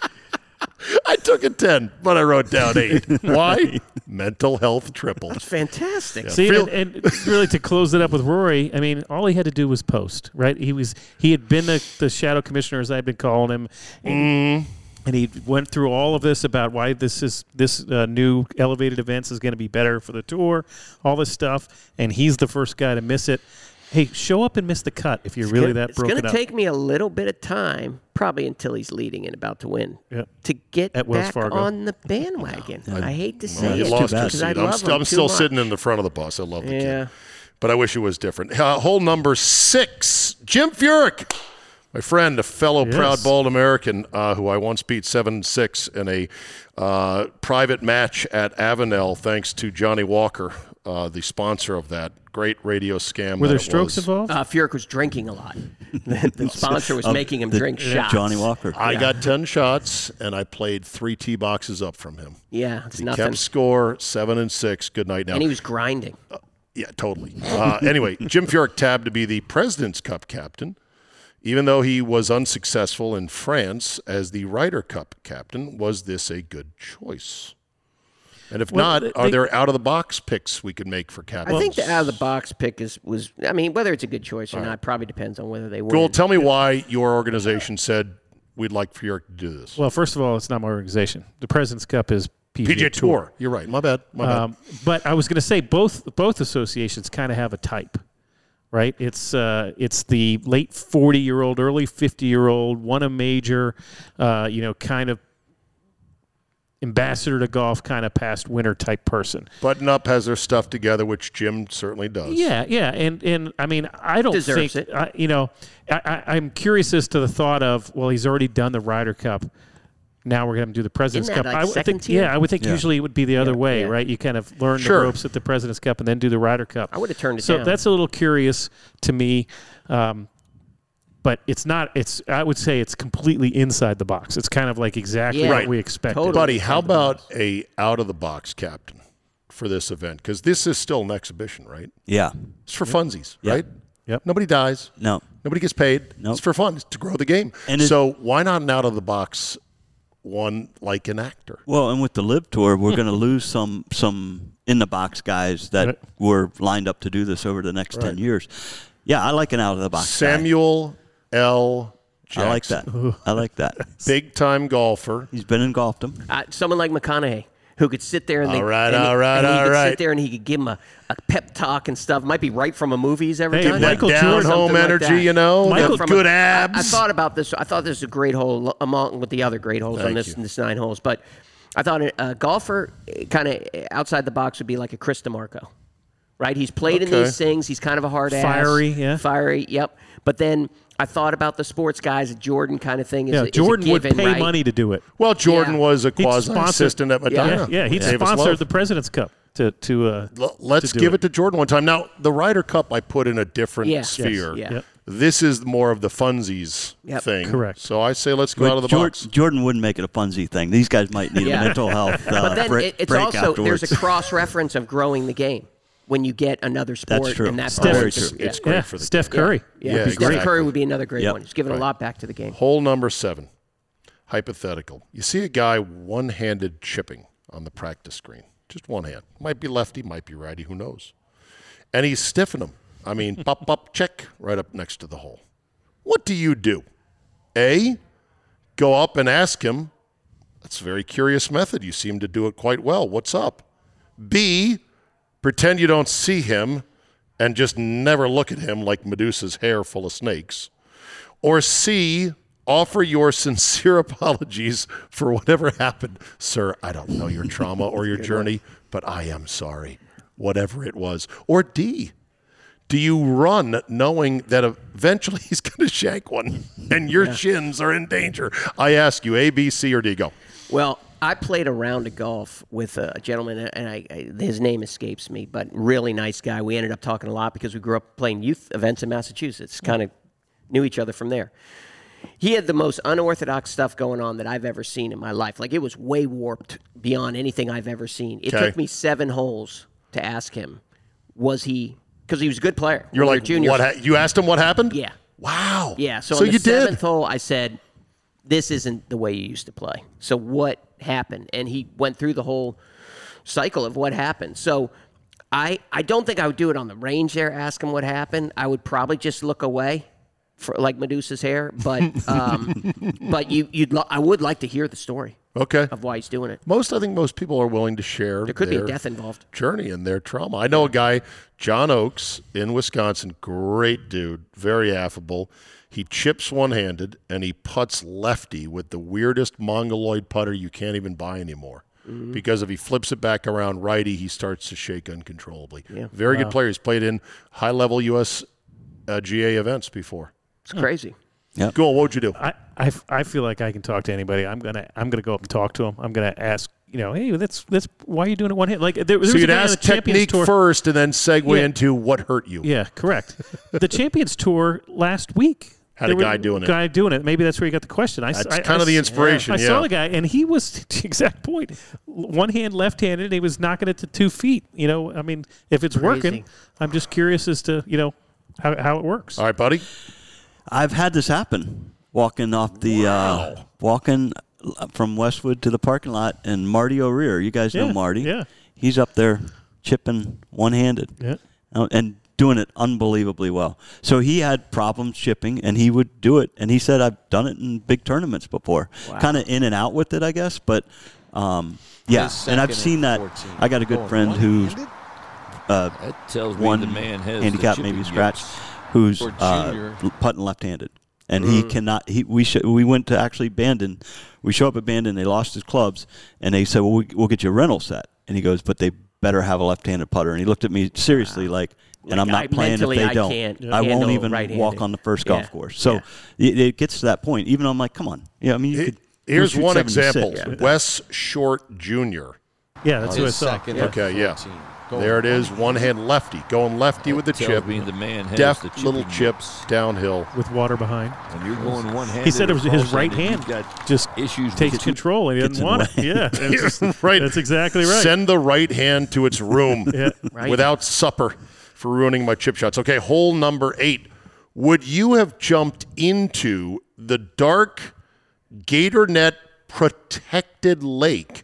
Speaker 2: I took a 10, but I wrote down 8. Why? Mental Health Triple.
Speaker 5: Fantastic.
Speaker 3: See,
Speaker 2: Feel-
Speaker 3: and, and really to close it up with Rory, I mean, all he had to do was post, right? He was he had been the, the shadow commissioner, as I've been calling him, and, and he went through all of this about why this is this uh, new elevated events is going to be better for the tour, all this stuff, and he's the first guy to miss it. Hey, show up and miss the cut if you're really that
Speaker 5: it's
Speaker 3: broken
Speaker 5: gonna
Speaker 3: up.
Speaker 5: take me a little bit of time, probably until he's leading and about to win,
Speaker 3: Yep.
Speaker 5: to get
Speaker 3: At Wells
Speaker 5: back
Speaker 3: Fargo.
Speaker 5: on the bandwagon. I hate to say
Speaker 2: Well, Oh, you
Speaker 5: it
Speaker 2: lost your
Speaker 5: because
Speaker 2: seat.
Speaker 5: I
Speaker 2: I'm,
Speaker 5: love
Speaker 2: st-
Speaker 5: him
Speaker 2: I'm
Speaker 5: too
Speaker 2: still
Speaker 5: much.
Speaker 2: sitting in the front of the bus. I love the
Speaker 5: Yeah.
Speaker 2: kid. But I wish it was different. Uh, hole number six, Jim Furyk. My friend, a fellow proud bald American uh, who I once beat 7 6 in a uh, private match at Avenel, thanks to Johnny Walker, uh, the sponsor of that great radio scam. that
Speaker 3: Were
Speaker 2: it
Speaker 3: there strokes
Speaker 2: was.
Speaker 3: involved?
Speaker 5: Uh, Furyk was drinking a lot. The, the sponsor was
Speaker 4: Of
Speaker 5: making him
Speaker 4: the-
Speaker 5: drink shots.
Speaker 4: Johnny Walker.
Speaker 2: I got 10 shots, and I played three tee boxes up from him.
Speaker 5: Yeah, it's
Speaker 2: He
Speaker 5: nothing.
Speaker 2: kept score, 7 and 6. Good night now.
Speaker 5: and he was grinding.
Speaker 2: Yeah, totally. Uh, anyway, Jim Furyk tabbed to be the President's Cup captain, even though he was unsuccessful in France as the Ryder Cup captain. Was this a good choice? And if
Speaker 3: Well,
Speaker 2: not,
Speaker 3: th-
Speaker 2: are
Speaker 3: they-
Speaker 2: there out of the box picks we could make for captains?
Speaker 5: I think the out of the box pick is was. I mean, whether it's a good choice or not probably depends on whether they win.
Speaker 2: Joel, tell me why your organization said we'd like Furyk to do this.
Speaker 3: well, first of all, it's not my organization. The President's Cup is PGA,
Speaker 2: PJ Tour. You're right. My bad. My bad.
Speaker 3: Um, but I was going to say both both associations kind of have a type, right? It's uh, it's the late forty year old, early fifty year old, won a major, uh, you know, kind of ambassador to golf, kind of past winner type person.
Speaker 2: Button Up has their stuff together, which Jim certainly does.
Speaker 3: Yeah, yeah, and and I mean, I don't
Speaker 5: Deserves
Speaker 3: think
Speaker 5: it.
Speaker 3: I, you know. I, I, I'm curious as to the thought of well, he's already done the Ryder Cup. Now we're going to do the President's
Speaker 5: that
Speaker 3: Cup.
Speaker 5: like
Speaker 3: I would
Speaker 5: second
Speaker 3: think,
Speaker 5: tier?
Speaker 3: yeah, I would think usually it would be the other way,
Speaker 5: yeah.
Speaker 3: right? You kind of learn
Speaker 2: Sure.
Speaker 3: the ropes at the President's Cup and then do the Ryder Cup.
Speaker 5: I would've turned it
Speaker 3: so
Speaker 5: down.
Speaker 3: that's a little curious to me. Um, but it's not. It's. I would say it's completely inside the box. It's kind of like exactly
Speaker 5: Yeah.
Speaker 3: what we expected.
Speaker 5: Totally.
Speaker 2: Buddy, how about a out of the box captain for this event? Because this is still an exhibition, right?
Speaker 4: yeah.
Speaker 2: It's for funsies, right?
Speaker 3: Yep.
Speaker 2: Nobody dies.
Speaker 4: No.
Speaker 2: Nobody gets paid.
Speaker 4: Nope.
Speaker 2: It's for fun. It's to grow the game.
Speaker 4: And it-
Speaker 2: so why not an out of the box one like an actor?
Speaker 4: Well, and with the live tour, we're going to lose some some in the box guys that
Speaker 3: Right.
Speaker 4: were lined up to do this over the next ten years. Yeah, I like an out of the box.
Speaker 2: Samuel L.
Speaker 4: guy.
Speaker 2: Jackson.
Speaker 4: I like that. I like that.
Speaker 2: Big time golfer.
Speaker 4: He's been and golfed him.
Speaker 5: Uh, someone like McConaughey who could sit there and they,
Speaker 2: All right,
Speaker 5: and,
Speaker 2: all right,
Speaker 5: and he
Speaker 2: all
Speaker 5: could
Speaker 2: right.
Speaker 5: sit there and he could give him a, a pep talk and stuff. Might be right from a movie he's ever
Speaker 3: Hey,
Speaker 5: done.
Speaker 3: Michael
Speaker 2: that
Speaker 3: Jordan,
Speaker 2: down home
Speaker 5: Something like
Speaker 2: energy,
Speaker 5: that.
Speaker 2: you know,
Speaker 3: Michael-
Speaker 2: Michael,
Speaker 5: from
Speaker 2: good
Speaker 5: a- I-
Speaker 2: abs.
Speaker 5: I, thought about this. I thought this was a great hole l- among with the other great holes on this, this nine holes. But I thought a, a golfer kind of outside the box would be like a Chris DeMarco, right? He's played in
Speaker 2: Okay.
Speaker 5: these things. He's kind of a hard ass,
Speaker 3: Fiery, yeah.
Speaker 5: fiery. Yep. But then I thought about the sports guys, a Jordan kind of thing. Is
Speaker 3: Yeah,
Speaker 5: a, is a
Speaker 3: Jordan would
Speaker 5: given,
Speaker 3: pay
Speaker 5: right?
Speaker 3: money to do it.
Speaker 2: well, Jordan
Speaker 5: Yeah.
Speaker 2: was a
Speaker 3: He'd
Speaker 2: quasi
Speaker 3: sponsor-
Speaker 2: assistant at Madonna.
Speaker 3: Yeah, yeah, he'd
Speaker 2: Davis
Speaker 3: sponsor
Speaker 2: Love.
Speaker 3: the President's Cup to to. Uh,
Speaker 2: L- let's
Speaker 3: do
Speaker 2: give
Speaker 3: it.
Speaker 2: it. to Jordan one time. Now, the Ryder Cup I put in a different
Speaker 5: Yeah. Yes.
Speaker 2: sphere.
Speaker 5: Yeah. Yep.
Speaker 2: This is more of the funsies
Speaker 5: Yep.
Speaker 2: thing.
Speaker 3: Correct.
Speaker 2: So I say let's go out of the
Speaker 4: Jor-
Speaker 2: box.
Speaker 4: Jordan wouldn't make it a funsy thing. These guys might need
Speaker 5: Yeah.
Speaker 4: a mental health uh,
Speaker 5: but then
Speaker 4: break,
Speaker 5: it, it's
Speaker 4: break
Speaker 5: also
Speaker 4: afterwards.
Speaker 5: there's a cross reference of growing the game when you get another sport.
Speaker 4: true.
Speaker 5: And that
Speaker 4: Steph-
Speaker 5: part
Speaker 4: Very
Speaker 5: is-
Speaker 4: true.
Speaker 5: Yeah.
Speaker 2: It's great
Speaker 3: yeah,
Speaker 2: for the
Speaker 3: Steph Curry.
Speaker 5: Yeah.
Speaker 2: Yeah,
Speaker 5: Steph
Speaker 2: exactly.
Speaker 5: Curry would be another great
Speaker 4: Yep.
Speaker 5: one. He's giving a lot back to the game.
Speaker 2: Hole number seven, hypothetical. You see a guy one handed chipping on the practice screen, just one hand. Might be lefty, might be righty, who knows? And he's stiffing him. I mean, pop, pop, check right up next to the hole. What do you do? A, go up and ask him. That's a very curious method. You seem to do it quite well. What's up? B, pretend you don't see him and just never look at him like Medusa's hair full of snakes. Or C, offer your sincere apologies for whatever happened. Sir, I don't know your trauma or your journey, but I am sorry, whatever it was. Or D, do you run knowing that eventually he's going to shank one and your shins are in danger? I ask you, A, B, C, or D, go.
Speaker 5: Well, I played a round of golf with a gentleman, and I, I, his name escapes me, but really nice guy. We ended up talking a lot because we grew up playing youth events in Massachusetts, kind of knew each other from there. He had the most unorthodox stuff going on that I've ever seen in my life. Like it was way warped beyond anything I've ever seen. It
Speaker 2: Okay.
Speaker 5: took me seven holes to ask him, was he? Because he was a good player.
Speaker 2: You're
Speaker 5: We were
Speaker 2: like,
Speaker 5: juniors.
Speaker 2: what? Ha- you asked him what happened?
Speaker 5: Yeah.
Speaker 2: Wow.
Speaker 5: Yeah. So,
Speaker 2: so
Speaker 5: on the
Speaker 2: you
Speaker 5: seventh
Speaker 2: did.
Speaker 5: hole, I said, "This isn't the way you used to play." So what happened? And he went through the whole cycle of what happened. So I I don't think I would do it on the range there. Ask him what happened. I would probably just look away. For, like Medusa's hair, but um, but you you'd lo- I would like to hear the story
Speaker 2: Okay.
Speaker 5: of why he's doing it.
Speaker 2: Most, I think most people are willing to share.
Speaker 5: There could be
Speaker 2: their-
Speaker 5: a death involved.
Speaker 2: journey and their trauma. I know a guy, John Oakes in Wisconsin, great dude, very affable. He chips one handed and he puts lefty with the weirdest mongoloid putter you can't even buy anymore.
Speaker 3: Mm-hmm.
Speaker 2: Because if he flips it back around righty, he starts to shake uncontrollably. Very good player. He's played in high level US uh, GA events before.
Speaker 5: It's crazy.
Speaker 2: Cool. What would you do?
Speaker 3: I, I, I feel like I can talk to anybody. I'm gonna I'm gonna go up and talk to him. I'm gonna ask, you know, hey, that's that's why are you doing it one hit? Like there, there was
Speaker 2: so
Speaker 3: a
Speaker 2: you'd
Speaker 3: guy on
Speaker 2: ask
Speaker 3: the Champions
Speaker 2: technique
Speaker 3: Tour-
Speaker 2: first and then segue
Speaker 3: Yeah.
Speaker 2: into what hurt you.
Speaker 3: Yeah, correct. the Champions Tour last week
Speaker 2: Had
Speaker 3: There
Speaker 2: a
Speaker 3: was
Speaker 2: guy doing it.
Speaker 3: Guy doing it. Maybe that's where you got the question. I, s-
Speaker 2: That's
Speaker 3: I-
Speaker 2: kind
Speaker 3: I
Speaker 2: of the
Speaker 3: s-
Speaker 2: inspiration,
Speaker 3: I saw
Speaker 2: yeah.
Speaker 3: the guy, and he was the exact point. One hand left-handed, and he was knocking it to two feet. You know, I mean, if it's working, I'm just curious as to you know how, how it works.
Speaker 2: All right, buddy.
Speaker 4: I've had this happen walking off the uh, walking uh, from Westwood to the parking lot, and Marty O'Rear. You guys
Speaker 3: Yeah,
Speaker 4: know Marty.
Speaker 3: yeah.
Speaker 4: He's up there chipping one handed.
Speaker 3: Yeah.
Speaker 4: And doing it unbelievably well. So he had problems chipping and he would do it. And he said, I've done it in big tournaments before. Kind of in and out with it, I guess. But um, yeah.
Speaker 7: His
Speaker 4: And I've
Speaker 7: second
Speaker 4: seen
Speaker 7: and
Speaker 4: that.
Speaker 7: 14.
Speaker 4: I got a good
Speaker 7: Going
Speaker 4: friend who's uh,
Speaker 7: one-handed? that tells me
Speaker 4: one
Speaker 7: the man has the
Speaker 4: handicap,
Speaker 7: chipping
Speaker 4: maybe
Speaker 7: yips.
Speaker 4: scratch, who's
Speaker 7: For
Speaker 4: uh,
Speaker 7: junior.
Speaker 4: l- putting left-handed, and
Speaker 5: Mm.
Speaker 4: he cannot. He we sh- we went to actually Bandon. We show up at Bandon. They lost his clubs, and they said, "Well, we, we'll get you a rental set." And he goes, "But they better have a left-handed putter." And he looked at me seriously, like, "And I'm not
Speaker 5: Ah. I-
Speaker 4: playing if
Speaker 5: mentally,
Speaker 4: they
Speaker 5: I
Speaker 4: don't.
Speaker 5: can't
Speaker 4: I won't
Speaker 5: handle
Speaker 4: even
Speaker 5: right-handed."
Speaker 4: walk on the first golf
Speaker 5: Yeah.
Speaker 4: course." So it, it gets to that point. Even though I'm like, "Come on, yeah." I mean, you
Speaker 2: He-
Speaker 4: could. you
Speaker 2: Here's
Speaker 4: shoot
Speaker 2: one
Speaker 4: 76
Speaker 2: example.
Speaker 4: with that.
Speaker 2: Wes Short Jr.
Speaker 3: yeah, that's what I
Speaker 7: His
Speaker 3: saw.
Speaker 7: second and
Speaker 2: Okay, yeah.
Speaker 7: 14. Going
Speaker 2: There it is. One hand lefty, going lefty with the
Speaker 7: tells
Speaker 2: chip.
Speaker 7: me the man has
Speaker 2: Deft
Speaker 7: the chipping
Speaker 2: little
Speaker 7: yips.
Speaker 2: chips downhill.
Speaker 3: With water behind,
Speaker 7: When you're going one handed,
Speaker 3: he said it was his right hand just
Speaker 7: issues with
Speaker 3: takes
Speaker 7: it.
Speaker 3: control, and he
Speaker 4: Gets
Speaker 3: doesn't
Speaker 4: in
Speaker 3: want
Speaker 4: the
Speaker 3: it. Yeah, that's,
Speaker 2: Right.
Speaker 3: That's exactly right.
Speaker 2: Send the right hand to its room
Speaker 5: Right.
Speaker 2: without supper for ruining my chip shots. Okay, hole number eight. Would you have jumped into the dark gator net protected lake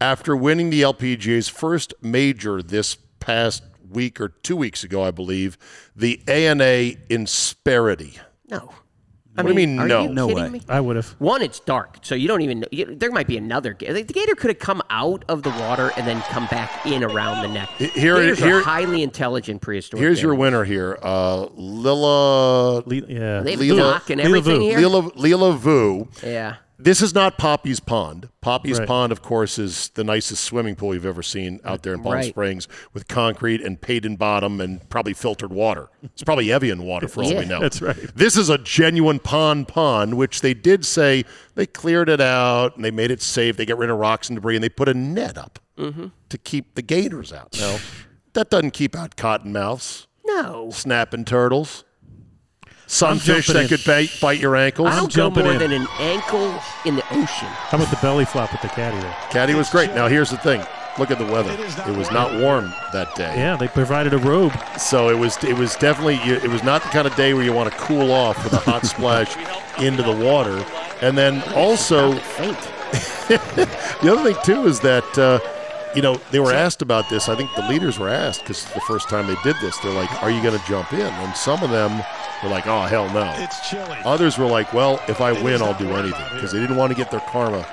Speaker 2: after winning the LPGA's first major this past week or two weeks ago, I believe, the ANA Insperity?
Speaker 5: No.
Speaker 2: What
Speaker 5: I
Speaker 2: do you mean,
Speaker 5: are
Speaker 2: no?
Speaker 5: you
Speaker 4: No
Speaker 5: kidding
Speaker 4: way.
Speaker 5: me?
Speaker 3: I would have.
Speaker 5: One, it's dark, so you don't even. You, there might be another. ga- The gator could have come out of the water and then come back in around the neck.
Speaker 2: here-
Speaker 5: Gators
Speaker 2: here-
Speaker 5: are highly intelligent prehistoric.
Speaker 2: Here's your
Speaker 5: animals.
Speaker 2: winner here, uh, Lila
Speaker 3: Le- yeah,
Speaker 5: They have
Speaker 2: Lila-
Speaker 5: Glock and
Speaker 3: Lila
Speaker 5: everything
Speaker 3: Vu.
Speaker 5: here.
Speaker 2: Lila Lila Vu.
Speaker 5: Yeah.
Speaker 2: This is not Poppy's Pond. Poppy's
Speaker 3: Right.
Speaker 2: Pond, of course, is the nicest swimming pool you've ever seen out there in Palm
Speaker 5: Right.
Speaker 2: Springs, with concrete and paid-in bottom and probably filtered water. It's probably Evian water for all we
Speaker 5: Yeah.
Speaker 2: know.
Speaker 3: That's right.
Speaker 2: This is a genuine pond pond, which they did say they cleared it out and they made it safe. They got rid of rocks and debris and they put a net up
Speaker 3: Mm-hmm.
Speaker 2: to keep the gators out. Now, that doesn't keep out cottonmouths.
Speaker 5: No.
Speaker 2: snapping turtles, sunfish
Speaker 3: jumping
Speaker 2: that
Speaker 3: in.
Speaker 2: could bite, bite your ankles.
Speaker 5: I don't go
Speaker 3: jumping
Speaker 5: more
Speaker 3: in.
Speaker 5: than an ankle in the ocean.
Speaker 3: How about the belly flop with the caddy there?
Speaker 2: Caddy was great. Now here's the thing: look at the weather. It was not warm that day,
Speaker 3: Yeah, they provided a robe.
Speaker 2: so it was it was definitely you- it was not the kind of day where you want to cool off with a hot splash into the water. And then also
Speaker 5: Faint.
Speaker 2: the other thing too is that uh, you know, they were asked about this. I think the leaders were asked because the first time they did this, they're like, "Are you going to jump in?" And some of them were like, "Oh hell no."
Speaker 8: It's chilly.
Speaker 2: Others were like, "Well, if I win, I'll do anything," because they didn't want to get their karma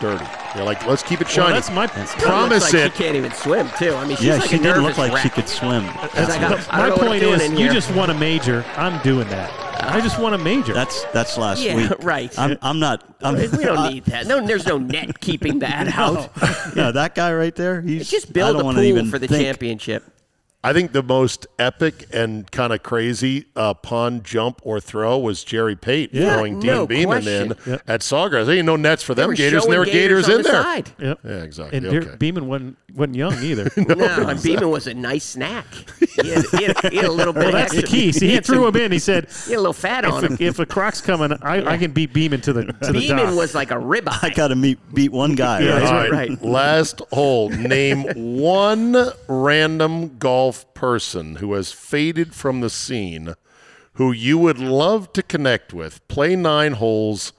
Speaker 2: dirty. They're like, "Let's keep it
Speaker 3: Well,
Speaker 2: shiny."
Speaker 3: that's my
Speaker 2: Promise
Speaker 5: looks like
Speaker 2: it.
Speaker 5: She can't even swim too. I mean, she's
Speaker 4: yeah,
Speaker 5: like
Speaker 4: she
Speaker 5: a
Speaker 4: did
Speaker 5: nervous
Speaker 4: look like
Speaker 5: wreck.
Speaker 4: she could swim.
Speaker 5: She's like, I-
Speaker 3: my
Speaker 5: I don't know what I'm
Speaker 3: point
Speaker 5: doing
Speaker 3: is,
Speaker 5: in
Speaker 3: you
Speaker 5: here.
Speaker 3: just won a major. I'm doing that. I just won a major.
Speaker 4: That's that's last
Speaker 5: Yeah,
Speaker 4: week.
Speaker 5: right.
Speaker 4: I'm, I'm not. I'm,
Speaker 5: We
Speaker 4: I-
Speaker 5: don't need that. No, there's no net keeping that out.
Speaker 4: no, that guy right there. He's
Speaker 5: Just
Speaker 4: I
Speaker 5: build
Speaker 4: don't
Speaker 5: a
Speaker 4: wanna
Speaker 5: pool
Speaker 4: even
Speaker 5: for the
Speaker 4: think.
Speaker 5: championship.
Speaker 2: I think the most epic and kind of crazy uh, pond jump or throw was Jerry Pate throwing Dean
Speaker 5: No
Speaker 2: Beeman
Speaker 5: question.
Speaker 2: in at Sawgrass. There ain't no nets for
Speaker 5: They
Speaker 2: them
Speaker 5: were
Speaker 2: Gators, and there were
Speaker 5: showing
Speaker 2: Gators,
Speaker 5: on
Speaker 2: in
Speaker 5: the
Speaker 2: there.
Speaker 5: side.
Speaker 3: Yep.
Speaker 2: Yeah, exactly.
Speaker 3: And Derek
Speaker 2: Okay.
Speaker 3: Beeman wasn't wasn't young either.
Speaker 5: No, and Beeman was a nice snack. He had, he had- he had a little bit.
Speaker 3: Well,
Speaker 5: of
Speaker 3: that's the
Speaker 5: extra-
Speaker 3: key. See,
Speaker 5: he
Speaker 3: he
Speaker 5: had
Speaker 3: threw
Speaker 5: some-
Speaker 3: him in. He said,
Speaker 5: He had a little fat on him.
Speaker 3: if, if a croc's coming, I, I can beat Beeman to the to the dock.
Speaker 5: Beeman was like a ribeye.
Speaker 4: I got to meet beat one guy.
Speaker 3: Yeah,
Speaker 4: right?
Speaker 3: that's
Speaker 2: All right.
Speaker 5: right.
Speaker 2: Last hole. Name one random golf person who has faded from the scene who you would love to connect with, play nine holes,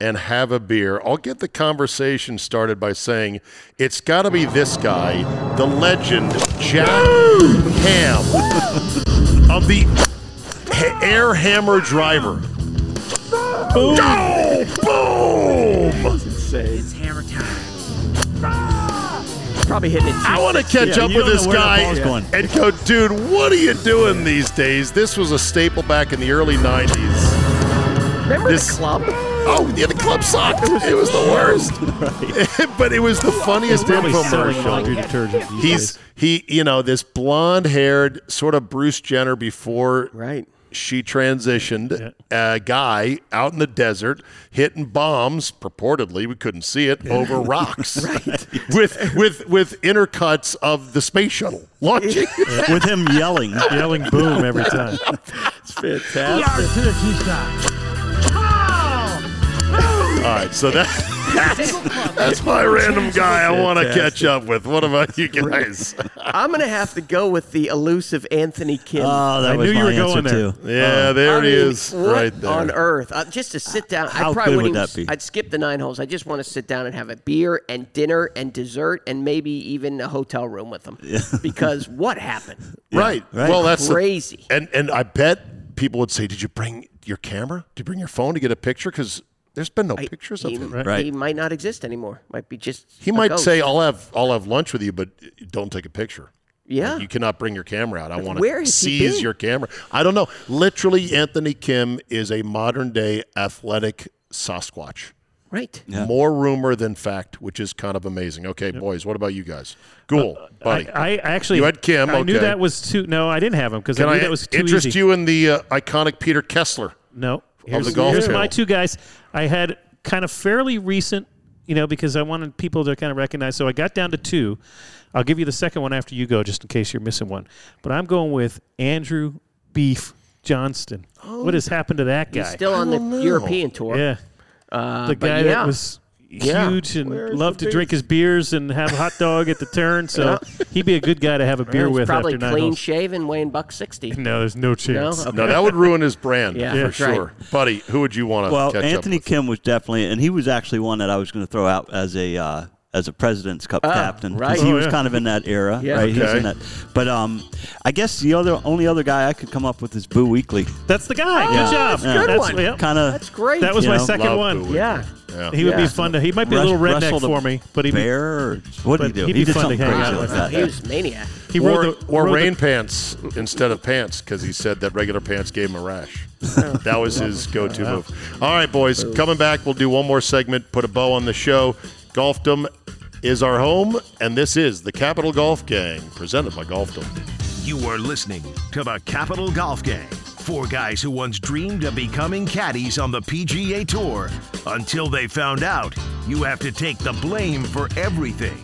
Speaker 2: and have a beer. I'll get the conversation started by saying it's got to be this guy, the legend, Jack Ham of the Ha- Air Hammer Driver. Boom! boom!
Speaker 5: probably hitting it.
Speaker 2: I want to catch
Speaker 4: Yeah,
Speaker 2: up
Speaker 4: you
Speaker 2: with
Speaker 4: don't
Speaker 2: this
Speaker 4: know where the
Speaker 2: guy
Speaker 4: ball's going.
Speaker 2: and go, dude, what are you doing these days? This was a staple back in the early 90s.
Speaker 5: Remember
Speaker 2: this-
Speaker 5: the club?
Speaker 2: Oh, yeah, the club sucked. It was the worst. but it was the funniest
Speaker 3: really selling laundry
Speaker 2: infomercial.
Speaker 3: detergent. these
Speaker 2: He's,
Speaker 3: days.
Speaker 2: he, you know, this blonde haired, sort of Bruce Jenner before
Speaker 5: Right.
Speaker 2: she transitioned a guy out in the desert hitting bombs purportedly we couldn't see it over rocks with with with intercuts of the space shuttle launching
Speaker 4: with him yelling.
Speaker 3: yelling boom every time.
Speaker 2: all right so that that's, that's my random guy i want to catch up with what about you guys
Speaker 5: I'm gonna have to go with the elusive Anthony Kim.
Speaker 4: Oh, that
Speaker 3: I
Speaker 4: was
Speaker 3: knew you
Speaker 4: my
Speaker 3: were going
Speaker 4: answer
Speaker 3: there.
Speaker 4: too.
Speaker 2: yeah Uh, there
Speaker 5: I
Speaker 2: he
Speaker 5: mean,
Speaker 2: is
Speaker 5: what
Speaker 2: right there
Speaker 5: on earth. Uh, just to sit down.
Speaker 4: How
Speaker 5: I probably
Speaker 4: good
Speaker 5: wouldn't
Speaker 4: would
Speaker 5: even,
Speaker 4: that be?
Speaker 5: I'd skip the nine holes. I just want to sit down and have a beer and dinner and dessert and maybe even a hotel room with them. Because what happened?
Speaker 2: right.
Speaker 4: right.
Speaker 2: well that's the-
Speaker 5: Crazy.
Speaker 2: and and i bet people would say did you bring your camera did you bring your phone to get a picture because there's been no pictures of
Speaker 5: He,
Speaker 2: him
Speaker 5: he might not exist anymore. Might be just.
Speaker 2: He
Speaker 5: a
Speaker 2: might
Speaker 5: ghost.
Speaker 2: say, "I'll have I'll have lunch with you, but don't take a picture."
Speaker 5: Yeah.
Speaker 2: Like, you cannot bring your camera out. I want
Speaker 5: where
Speaker 2: to
Speaker 5: has he
Speaker 2: seize
Speaker 5: been?
Speaker 2: your camera. I don't know. Literally, Anthony Kim is a modern day athletic Sasquatch.
Speaker 5: Right.
Speaker 2: More rumor than fact, which is kind of amazing. Okay, boys, what about you guys? Ghoul, buddy.
Speaker 3: Uh, I, I actually
Speaker 2: You had Kim,
Speaker 3: I knew
Speaker 2: okay.
Speaker 3: that was too. No, I didn't have him because I
Speaker 2: Can I
Speaker 3: knew that was too
Speaker 2: interest
Speaker 3: easy.
Speaker 2: you in the uh, iconic Peter Kessler?
Speaker 3: No.
Speaker 2: the golf
Speaker 3: here's
Speaker 2: channel.
Speaker 3: my two guys. I had kind of fairly recent, you know, because I wanted people to kind of recognize. So I got down to two. I'll give you the second one after you go, just in case you're missing one. But I'm going with Andrew Beef Johnston. what has happened to that guy?
Speaker 5: Oh. Still on the European tour. uh,
Speaker 3: yeah. the guy
Speaker 5: yeah.
Speaker 3: that was huge and loved to drink his beers and have a hot dog at the turn. So he'd be a good guy to have a beer
Speaker 5: He's
Speaker 3: with
Speaker 5: probably
Speaker 3: after nine oh
Speaker 5: clean
Speaker 3: holes.
Speaker 5: shaven, weighing buck sixty.
Speaker 3: no, there's no
Speaker 5: No, Oh.
Speaker 3: chance.
Speaker 5: Okay.
Speaker 2: No, that would ruin his brand
Speaker 5: Yeah,
Speaker 2: for
Speaker 5: that's right.
Speaker 2: sure, buddy. Who would you want to
Speaker 4: Well,
Speaker 2: catch
Speaker 4: Anthony
Speaker 2: up with?
Speaker 4: Kim was definitely, and he was actually one that I was going to throw out as a uh, as a President's Cup captain
Speaker 5: right.
Speaker 4: he
Speaker 5: Oh,
Speaker 4: was
Speaker 3: yeah.
Speaker 4: kind of in that era,
Speaker 5: Yeah.
Speaker 4: right? He's
Speaker 2: Okay.
Speaker 4: in that. But um, I guess the other only other guy I could come up with is Boo Weekly.
Speaker 3: That's the guy.
Speaker 4: Yeah.
Speaker 3: Good job.
Speaker 4: Yeah.
Speaker 5: Oh, Good
Speaker 3: That's-
Speaker 5: one.
Speaker 3: yep.
Speaker 4: Kind of
Speaker 5: That's great.
Speaker 3: That was
Speaker 4: You
Speaker 3: my
Speaker 4: know,
Speaker 3: second
Speaker 2: Love
Speaker 3: one.
Speaker 2: Bowie.
Speaker 5: yeah.
Speaker 3: He would
Speaker 5: Yeah.
Speaker 3: be fun to. He might be a little redneck for me, but he'd be,
Speaker 4: bear. What did
Speaker 3: but
Speaker 4: he do?
Speaker 3: he'd be
Speaker 4: he did
Speaker 3: fun to
Speaker 4: something
Speaker 3: hang
Speaker 4: crazy
Speaker 3: out
Speaker 4: like
Speaker 3: with.
Speaker 4: that.
Speaker 5: He was maniac.
Speaker 3: he
Speaker 2: or,
Speaker 3: wore the
Speaker 2: or
Speaker 3: wore
Speaker 2: rain
Speaker 3: The,
Speaker 2: pants instead of pants because he said that regular pants gave him a rash. that was his go-to move. All right, boys, coming back, we'll do one more segment, put a bow on the show. Golfdom is our home, and this is the Capital Golf Gang presented by Golfdom.
Speaker 1: You are listening to the Capital Golf Gang. Four guys who once dreamed of becoming caddies on the PGA Tour until they found out you have to take the blame for everything.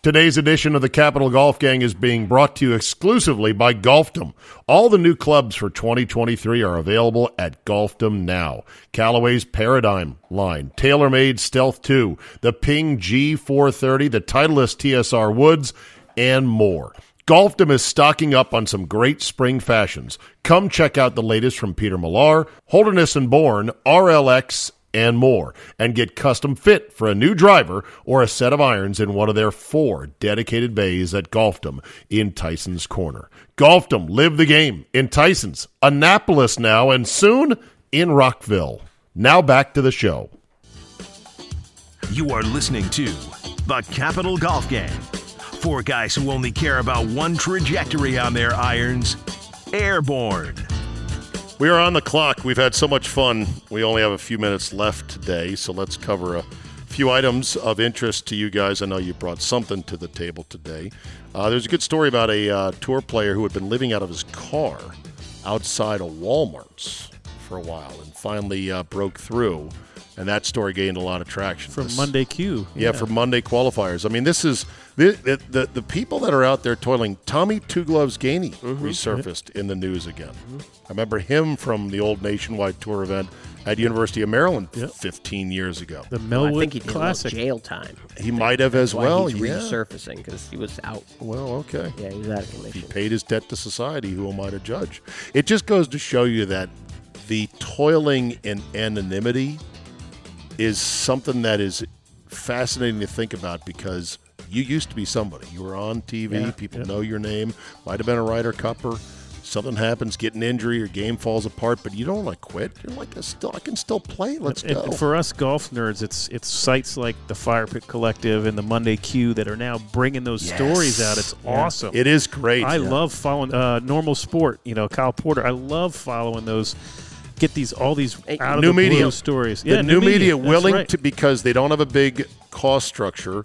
Speaker 2: Today's edition of the Capital Golf Gang is being brought to you exclusively by Golfdom. All the new clubs for 2023 are available at Golfdom now. Callaway's Paradigm line, TaylorMade Stealth 2, the Ping G430, the Titleist TSR Woods, and more. Golfdom is stocking up on some great spring fashions. Come check out the latest from Peter Millar, Holderness and Bourne, RLX, and more and get custom fit for a new driver or a set of irons in one of their four dedicated bays at Golfdom in Tyson's Corner. Golfdom, live the game in Tyson's, Annapolis now, and soon in Rockville. Now back to the show.
Speaker 1: You are listening to The Capital Golf Gang. Four guys who only care about one trajectory on their irons airborne.
Speaker 2: We are on the clock. We've had so much fun. We only have a few minutes left today, so let's cover a few items of interest to you guys. I know you brought something to the table today. Uh, there's a good story about a uh, tour player who had been living out of his car outside of Walmart's for a while and finally uh, broke through. And that story gained a lot of traction.
Speaker 3: from
Speaker 2: This-
Speaker 3: Monday Q.
Speaker 2: yeah, for Monday qualifiers. I mean, this is the the, the, the people that are out there toiling. Tommy Two Gloves Gainey
Speaker 5: Mm-hmm.
Speaker 2: resurfaced in the news again. I remember him from the old nationwide tour event at University of Maryland 15 years ago.
Speaker 3: the
Speaker 5: I
Speaker 3: Melwood
Speaker 5: think he did
Speaker 3: Classic.
Speaker 5: a little jail time.
Speaker 2: he might have as
Speaker 5: Why
Speaker 2: well.
Speaker 5: he's
Speaker 2: yeah.
Speaker 5: resurfacing because he was out.
Speaker 2: Well, okay.
Speaker 5: Yeah, he was out of
Speaker 2: He
Speaker 5: commission.
Speaker 2: paid his debt to society. Who am I to judge? It just goes to show you that the toiling in anonymity is something that is fascinating to think about because you used to be somebody. You were on TV. people know your name. Might have been a Ryder Cupper. Something happens, get an injury, your game falls apart, but you don't want to quit. You're like, I, still, I can still play. Let's
Speaker 3: And-
Speaker 2: go.
Speaker 3: and for us golf nerds, it's it's sites like the Fire Pit Collective and the Monday Q that are now bringing those stories out. It's awesome.
Speaker 2: it is great.
Speaker 3: I love following uh, normal sport. You know, Kyle Porter. I love following those. Get these all these out of
Speaker 2: new
Speaker 3: the
Speaker 2: media
Speaker 3: blue stories.
Speaker 2: The new, media,
Speaker 3: that's
Speaker 2: willing
Speaker 3: right.
Speaker 2: to because they don't have a big cost structure.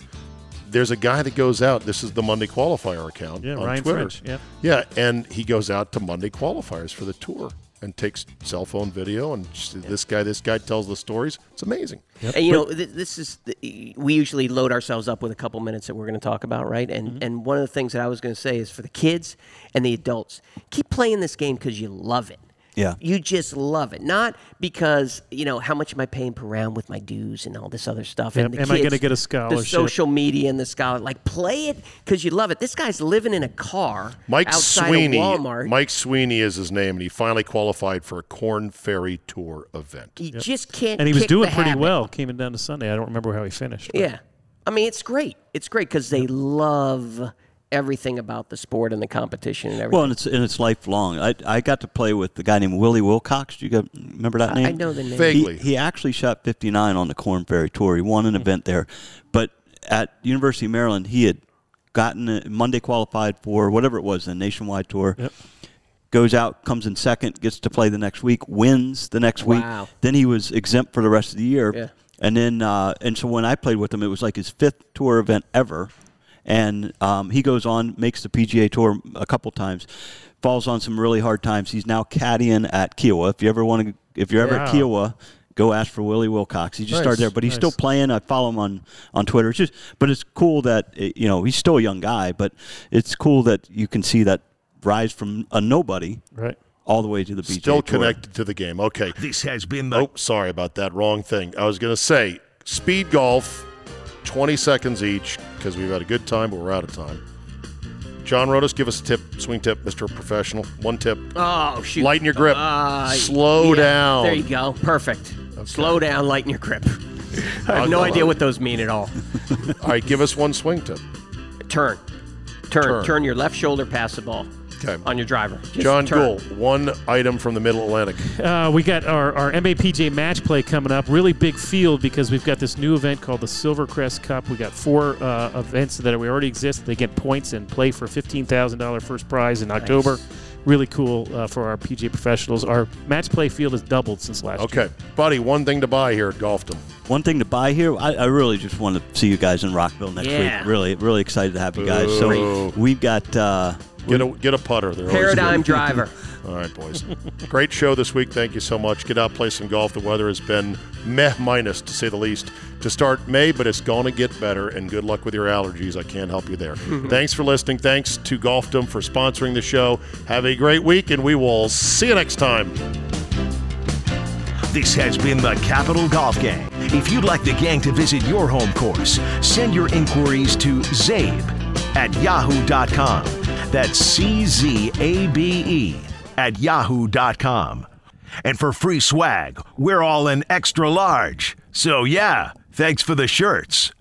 Speaker 2: There's a guy that goes out. This is the Monday qualifier account
Speaker 3: Yeah,
Speaker 2: on
Speaker 3: Ryan
Speaker 2: Twitter.
Speaker 3: French, yeah.
Speaker 2: yeah, and he goes out to Monday qualifiers for the tour and takes cell phone video and just, this guy, this guy tells the stories. It's amazing.
Speaker 5: And, you know, th- this is the, we usually load ourselves up with a couple minutes that we're going to talk about, right? And
Speaker 3: Mm-hmm.
Speaker 5: and one of the things that I was going to say is for the kids and the adults, keep playing this game because you love it.
Speaker 4: Yeah.
Speaker 5: you just love it, not because you know how much am I paying per round with my dues and all this other stuff. And
Speaker 3: Yeah,
Speaker 5: the
Speaker 3: am I
Speaker 5: kids,
Speaker 3: gonna get a
Speaker 5: The
Speaker 3: scholarship?
Speaker 5: social media and the scholar, like play it because you love it. This guy's living in a car
Speaker 2: Mike
Speaker 5: outside
Speaker 2: Sweeney.
Speaker 5: of Walmart.
Speaker 2: Mike Sweeney is his name, and he finally qualified for a Corn Ferry Tour event.
Speaker 5: you just can't.
Speaker 3: and he was
Speaker 5: kick the
Speaker 3: doing pretty
Speaker 5: habit.
Speaker 3: well. Came in down to Sunday. I don't remember how he finished. but-
Speaker 5: Yeah. I mean, it's great. It's great because they love everything about the sport and the competition and everything.
Speaker 4: Well, and it's and it's lifelong. I, I got to play with the guy named Willie Wilcox. Do you got, remember that name?
Speaker 5: I know the name.
Speaker 2: Fake.
Speaker 4: He,
Speaker 2: Vaguely.
Speaker 4: he actually shot 59 on the Corn Ferry Tour. He won an event there, but at University of Maryland, he had gotten a Monday qualified for whatever it was, a nationwide tour. Goes out, comes in second, gets to play the next week, wins the next
Speaker 5: Wow.
Speaker 4: week. Then he was exempt for the rest of the year.
Speaker 5: Yeah.
Speaker 4: And then, uh, and so when I played with him, it was like his fifth tour event ever. And um, he goes on, makes the PGA Tour a couple times, falls on some really hard times. He's now caddying at Kiowa. If you ever want to, if you're ever
Speaker 3: Wow.
Speaker 4: at Kiowa, go ask for Willie Wilcox. He just started there, but he's still playing. I follow him on, on Twitter. It's just, but it's cool that eh, you know he's still a young guy, but it's cool that you can see that rise from a nobody
Speaker 3: Right.
Speaker 4: all the way to the PGA
Speaker 2: Still
Speaker 4: Tour.
Speaker 2: connected to the game. Okay.
Speaker 1: This has been the
Speaker 2: Oh, sorry about that. Wrong thing. I was going to say speed golf, 20 seconds each, because we've had a good time, but we're out of time. John Rodas, give us a tip, swing tip, Mr. Professional. One tip.
Speaker 5: oh, shoot.
Speaker 2: Lighten your grip.
Speaker 5: Uh,
Speaker 2: Slow
Speaker 5: yeah.
Speaker 2: down.
Speaker 5: There you go. Perfect. Slow down, lighten your grip. I have no
Speaker 2: I'll-
Speaker 5: idea what those mean at all.
Speaker 2: All right, give us one swing tip.
Speaker 5: Turn. Turn.
Speaker 2: Turn.
Speaker 5: Turn, your left shoulder past the ball
Speaker 2: Okay.
Speaker 5: on your driver. Just
Speaker 2: John
Speaker 5: turn.
Speaker 2: Gould, one item from the Middle Atlantic.
Speaker 3: Uh, we got our, our MAPJ match play coming up. Really big field because we've got this new event called the Silvercrest Cup. We got four uh, events that we already exist. They get points and play for fifteen thousand dollar first prize in October. Really cool uh, for our PGA professionals. Our match play field has doubled since last year.
Speaker 2: Okay, buddy, one thing to buy here at Golfdom.
Speaker 4: One thing to buy here, I, I really just want to see you guys in Rockville next
Speaker 5: Yeah.
Speaker 4: week. Really, really excited to have you guys.
Speaker 2: Boo.
Speaker 4: So we've got. Uh,
Speaker 2: Get a, get a putter. They're always good.
Speaker 5: Paradigm driver.
Speaker 2: All right, boys. Great show this week. Thank you so much. Get out, play some golf. The weather has been meh minus, to say the least, to start May, but it's going to get better. And good luck with your allergies. I can't help you there. Thanks for listening. Thanks to Golfdom for sponsoring the show. Have a great week, and we will see you next time.
Speaker 1: This has been the Capital Golf Gang. If you'd like the gang to visit your home course, send your inquiries to zabe at yahoo.com. That's C Z A B E at yahoo.com. And for free swag, we're all in extra large. So, yeah, thanks for the shirts.